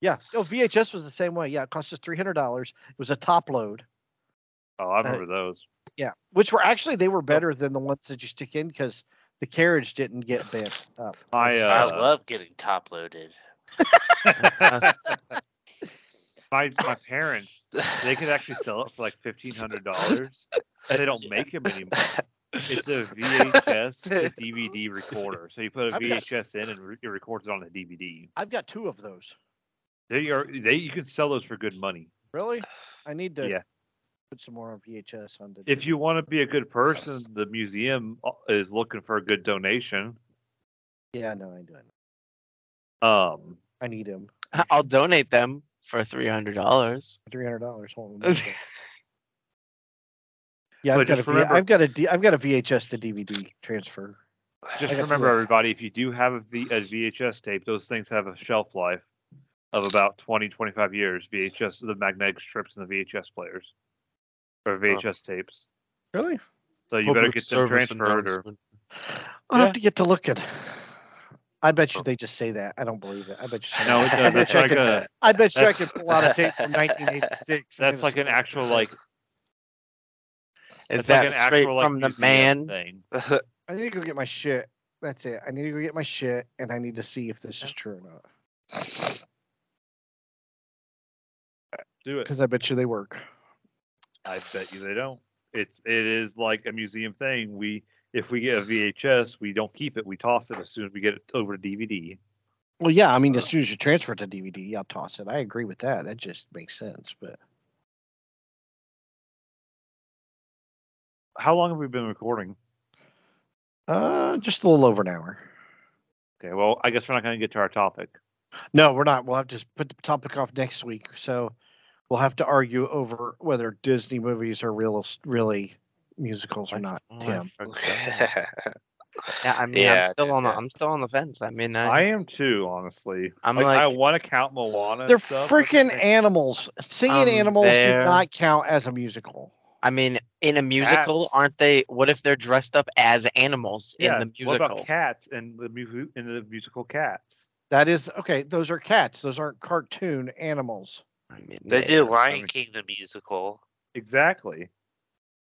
Yeah. No, VHS was the same way. Yeah, it cost us three hundred dollars. It was a top load.
Oh, I remember those.
Yeah, which were actually they were better than the ones that you stick in because the carriage didn't get bent up.
My
I
uh,
love getting top loaded.
my my parents they could actually sell it for like fifteen hundred dollars. They don't make them anymore. It's a VHS to DVD recorder. So you put a
I've got-
VHS in and re- it records it on a DVD.
I've got two of those.
They are they you can sell those for good money.
Really? I need to
Yeah.
put some more on VHS on the.
If you want to be a good person, the museum uh, is looking for a good donation.
yeah, no, I do. I know.
Um,
I need them.
I'll donate them for three hundred dollars.
Three hundred dollars. Yeah, I've
But
got, a
just
v-
remember-
I've got a D- I've got a VHS to DVD transfer.
just
I-
remember,
yeah.
everybody, if you do have a, v, a VHS tape, those things have a shelf life of about 20, 25 years. VHS, the magnetic strips and the VHS players or VHS tapes.
Really?
So you better get them transferred or
I'll
Yeah. Oh.
have to get to looking. I bet you they just say that. I don't believe it. I bet you.
no,
somebody-
it does. That's like a
I bet you I
that's-
could pull out a tape from 1986.
that's like an actual like
Is
that's like
that
an
straight
actual, like,
from the man?
museum thing.
I need to go get my shit. That's it. I need to go get my shit, and I need to see if this is true or not.
Do it.
Because I bet you they work.
I bet you they don't. It's it is like a museum thing. We if we get a VHS, we don't keep it. We toss it as soon as we get it over to DVD.
Well, yeah. I mean, as soon as you transfer it to DVD, yeah, I'll toss it. I agree with that. That just makes sense. But
How long have we been recording?
uh, just a little over an hour.
Okay, well, I guess we're not going to get to our topic.
No, we're not. We'll have to put the topic off next week. So we'll have to argue over whether Disney movies are real, really musicals or not.
Oh, I
Tim.
forgot. Yeah, I mean,
Yeah,
I'm still on the
yeah.
I'm still on the fence. I mean, I,
I am too, honestly.
I'm
like, I
like-
want to count Moana. and
They're
stuff, but at the
freaking
same-
animals. Singing
Um,
animals do
they're-
not count as a musical.
I mean, in a musical,
Cats.
aren't they? What if they're dressed up as animals
yeah,
in the
What
musical?
about cats and the mu- in the musical Cats?
That is okay. Those are cats. Those aren't cartoon animals.
I mean,
They
yeah,
do
so
Lion
we-
King the musical.
Exactly.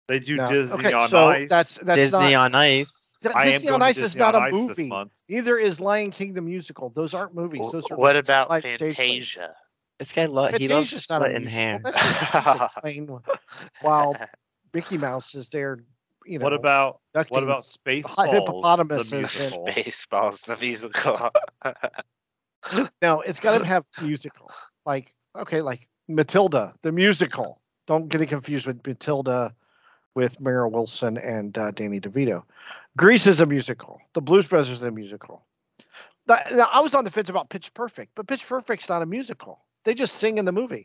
They do
No.
Disney
okay,
on
so
Ice.
that's that's
Disney
not.
on Ice.
Th-
I am
Disney on
going to
Ice is
Disney
not
on
a
Ice this
movie.
month.
Neither is Lion King the musical. Those aren't movies.
W-
Those are
What about
live stage plays.
Fantasia?
This guy lo- he loves
Fantasia's not a
splitting
musical.
hairs.
That's just a plain one. While Mickey Mouse is there, you know.
what about what
ducking-
about Spaceballs?
hippopotamus is
the
in-
musical.
Baseball's the musical.
No, it's got to have musical. Like okay, like Matilda the musical. Don't get it confused with Matilda with Mara Wilson and uh, Danny DeVito. Grease is a musical. The Blues Brothers is a musical. That- now, I was on the fence about Pitch Perfect, but Pitch Perfect's not a musical. They just sing in the movie.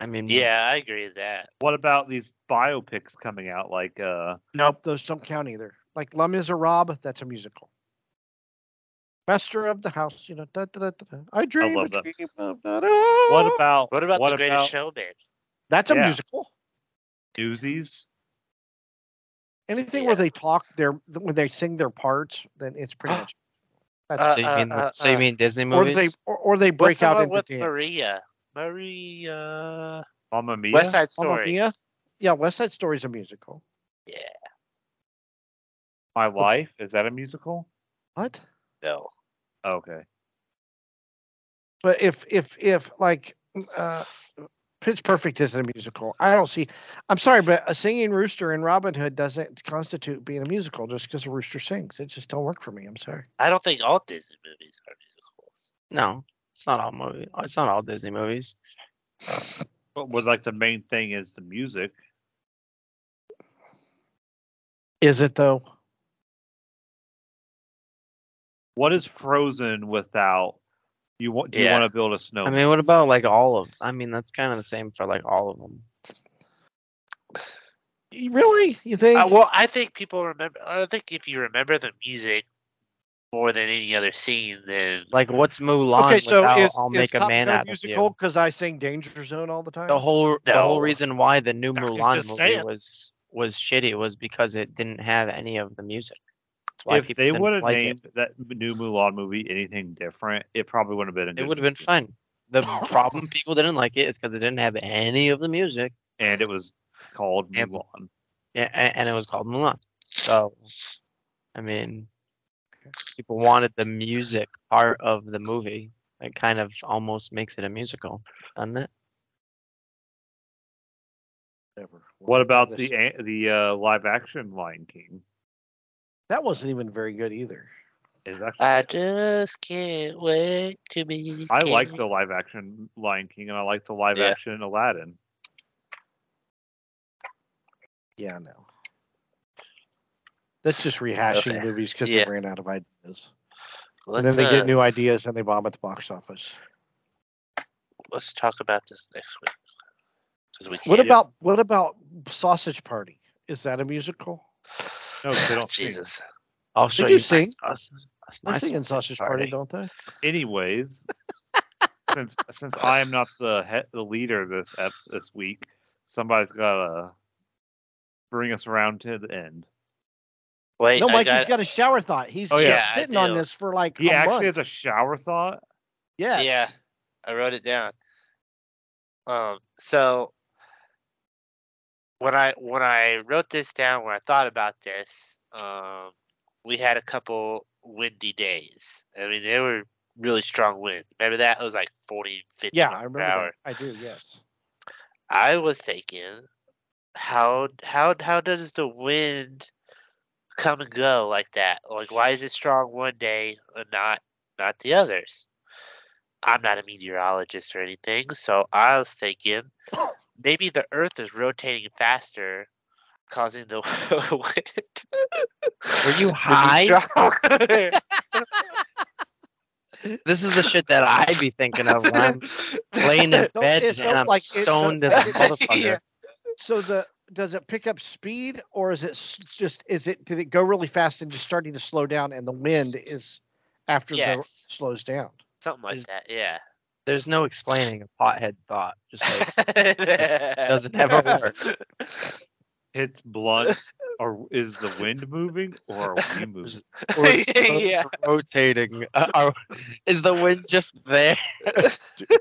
I mean,
yeah, I agree with that.
What about these biopics coming out? Like, uh,
Nope, those don't count either. Like La Miserable, that's a musical. Master of the House, you know, da da da da. da. I dream
love
a
that.
dream of da da.
what about
What about
what
the Greatest
about
Showman?
That's a
yeah.
musical.
Newsies?
Anything
Yeah.
where they talk, their when they sing their parts, then it's pretty much.
Uh,
So you,
uh,
mean,
uh,
so you
uh,
mean Disney
Or they
movies?
or, or they
What's
break
the
out
one
into
with
dance.
Maria? Maria.
Mamma Mia.
West Side
Mamma
Story.
Mia? Yeah, West Side Story's a musical.
My Life is that a musical?
What?
No.
Okay.
But if if if like uh, Pitch Perfect isn't a musical, I don't see. I'm sorry, but a singing rooster in Robin Hood doesn't constitute being a musical just because a rooster sings. It just don't work for me. I'm sorry.
I don't think all Disney movies are musicals.
No, it's not all movie. It's not all Disney movies.
But what like the main thing is the music.
Is it though?
What is Frozen without? You want? Do you
Yeah.
want to build a snow?
I mean, what about like all of? I mean, that's kind of the same for like all of them.
Y- Really? You think?
Uh, well, I think people remember. I think if you remember the music, more than any other scene than
Like, what's Mulan
okay, so
without
is,
I'll
is
make a
Top
man
Gun
out of
musical
you?
because I sing Danger Zone all the time.
The whole the
No.
whole reason why the new
I'm
Mulan
just
movie
saying.
was was shitty was because it didn't have any of the music. That's why
If
people
they
didn't
would have
like
named that new Mulan movie anything different, it probably would have been a
it,
good
it would have been
movie.
fun. The problem people didn't like it is because it didn't have any of the music.
And it was called
And-
Mulan.
Yeah, and, and it was called Mulan. So, I mean, people wanted the music part of the movie. It kind of almost makes it a musical, doesn't it?
Whatever.
What about the a- the uh, live action Lion King?
That wasn't even very good either.
Is that
I just can't wait to be.
I like
king.
the live action Lion King and I like the live
Yeah.
action Aladdin.
Yeah, I know. That's just rehashing
Okay.
movies because
Yeah.
they ran out of ideas. and
Let's,
then they
uh,
get new ideas and they bomb at the box office.
let's talk about this next week. 'Cause we
What
can't-
about what about Sausage Party? Is that a musical?
No, they don't sing.
Jesus.
I'll show
do
you my
sing.
sausage.
They
My
sing in Sausage
sausage
Party,
party.
don't they?
Anyways, since since I am not the he- the leader this ep- this week, somebody's gotta bring us around to the end.
Wait,
No,
I
Mike,
got,
he's got a shower thought. He's
Oh,
been
yeah, I
sitting on
do.
this for like
He
a
actually
month.
has a shower thought.
yes.
Yeah, I wrote it down. Um, so when I when I wrote this down, when I thought about this, um, we had a couple windy days. I mean, they were really strong wind. Remember that? It was like 40, 50
Yeah,
miles
I
per
remember
hour.
that. I do, yes.
I was thinking, how how how does the wind come and go like that? Like, why is it strong one day and not not the others? I'm not a meteorologist or anything, so I was thinking maybe the Earth is rotating faster, causing the wind.
Were you
to be
high?
strong.
This is the shit that I be thinking of when I'm laying in
So
bed
it's
and I'm
like it's-
stoned as a
it's-
motherfucker.
yeah.
So the does it pick up speed or is it s- just is it did it go really fast and just starting to slow down and the wind is after
Yes.
the slows down?
Something like
Is-
that, yeah.
There's no explaining a pothead thought. Just like doesn't have a
ever
word.
Hits blunt, or is the wind moving, or are we moving?
Or is the earth
yeah.
rotating. Uh, are- is the wind just there?
D-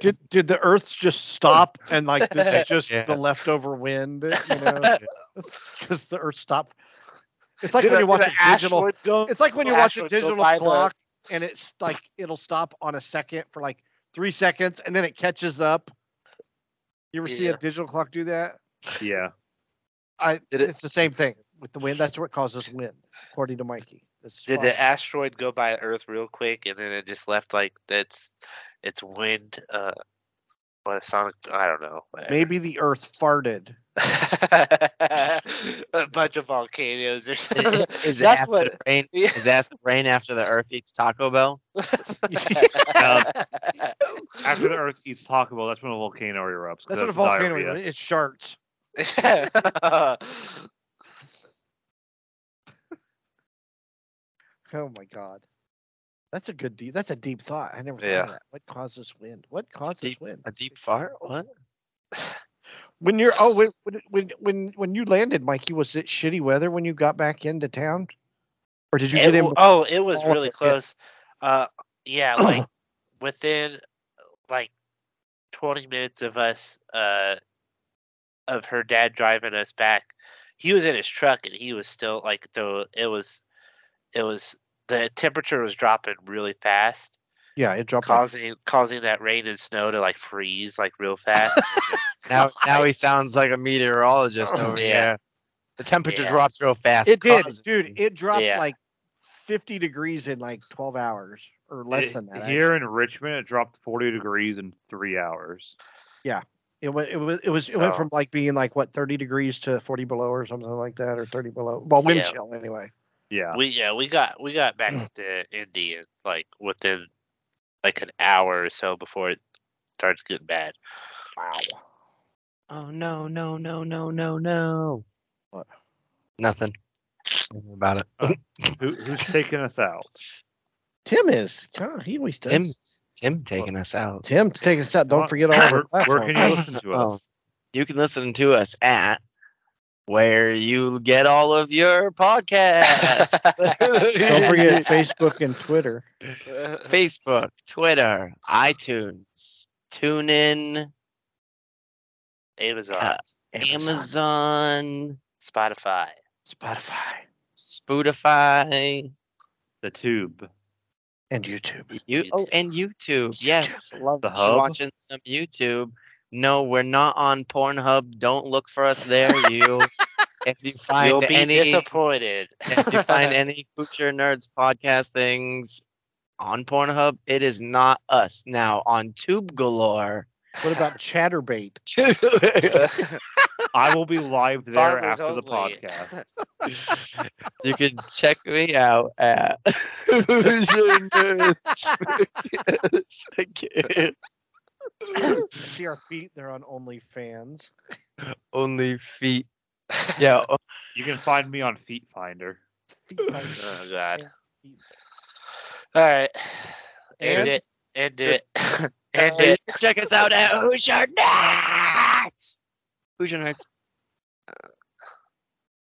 did did the Earth just stop and like this is just
Yeah.
the leftover wind? You know, because the Earth stopped. It's like
Did
when
a-
you watch
did
a digital.
asteroid go-
It's like when you
an
watch a
asteroid go
digital
by the-
clock and it's like it'll stop on a second for like three seconds and then it catches up. You ever see
Yeah.
a digital clock do that?
Yeah,
I.
Did it-
it's the same thing with the wind. That's what causes wind, according to Mikey. It's
Did
fine.
the asteroid go by Earth real quick, and then it just left like that's it's wind. Uh, what a sonic! I don't know. whatever.
Maybe the Earth farted.
a bunch of volcanoes or something.
Is
that's
acid
what.
rain?
Yeah.
Is acid rain after the Earth eats Taco Bell?
Um, after the Earth eats Taco Bell, that's when a volcano erupts.
That's
'cause
what a
that's
volcano
diarrhea.
is. It's sharks. Oh my god. That's a good deep that's a deep thought. I never
Yeah.
thought of that. What causes wind? What causes
deep-
wind?
A deep fart? What?
When you're oh when when- when when when you landed, Mikey, was it shitty weather when you got back into town? Or did you
It
get in
w- oh, it was
before
really
it-
close. Uh, yeah, like within like twenty minutes of us, uh, of her dad driving us back. He was in his truck, and he was still like though it was, it was the temperature was dropping really fast,
yeah, it dropped like,
causing causing that rain and snow to like freeze like real fast.
Now, now he sounds like a meteorologist over
Oh, Yeah.
here. The temperature
Yeah.
dropped real fast.
it did,
causing-
dude. It dropped
Yeah.
like fifty degrees in like twelve hours or less
It-
than that. actually.
Here in Richmond, it dropped 40 degrees in three hours.
It went. It was. It was. It went
So-
from like being like what thirty degrees to forty below or something like that, or thirty below. Well, wind
Yeah.
chill anyway.
Yeah,
we yeah we got we got
Mm.
back to Indy like within like an hour or so before it starts getting bad.
Wow.
Oh no no no no no no.
What?
Nothing. Don't worry About it.
Who, who's taking us out?
Tim is. God, he always does.
Tim, Tim taking us out.
Tim's taking us out. Don't
Well,
forget all of our
where, where
platforms.
can you listen to
Oh.
us?
You can listen to us at where you get all of your podcasts.
Don't forget Facebook and Twitter.
Facebook, Twitter, iTunes, TuneIn,
Amazon,
uh, Amazon,
Spotify.
Spotify,
Spotify,
The Tube.
and YouTube.
you oh,
YouTube.
and YouTube. Yes, love
The
me
Hub.
watching some YouTube. No, we're not on Pornhub. Don't look for us there. You, if you find
You'll be
any,
disappointed.
if you find any future nerds podcast things on Pornhub, it is not us. Now on Tube Galore,
What about Chatterbait?
I will be live there
Farmers
after the
only.
podcast.
you can check me out at Future Nerds Podcast.
See our feet? They're on OnlyFans.
Only feet. Yeah,
You can find me on Feet Finder.
Feet by-
Oh, God.
Feet.
All right.
And?
End it. End it.
And
End it.
check us out at Who's Your Nerds. Who's Your Nerds.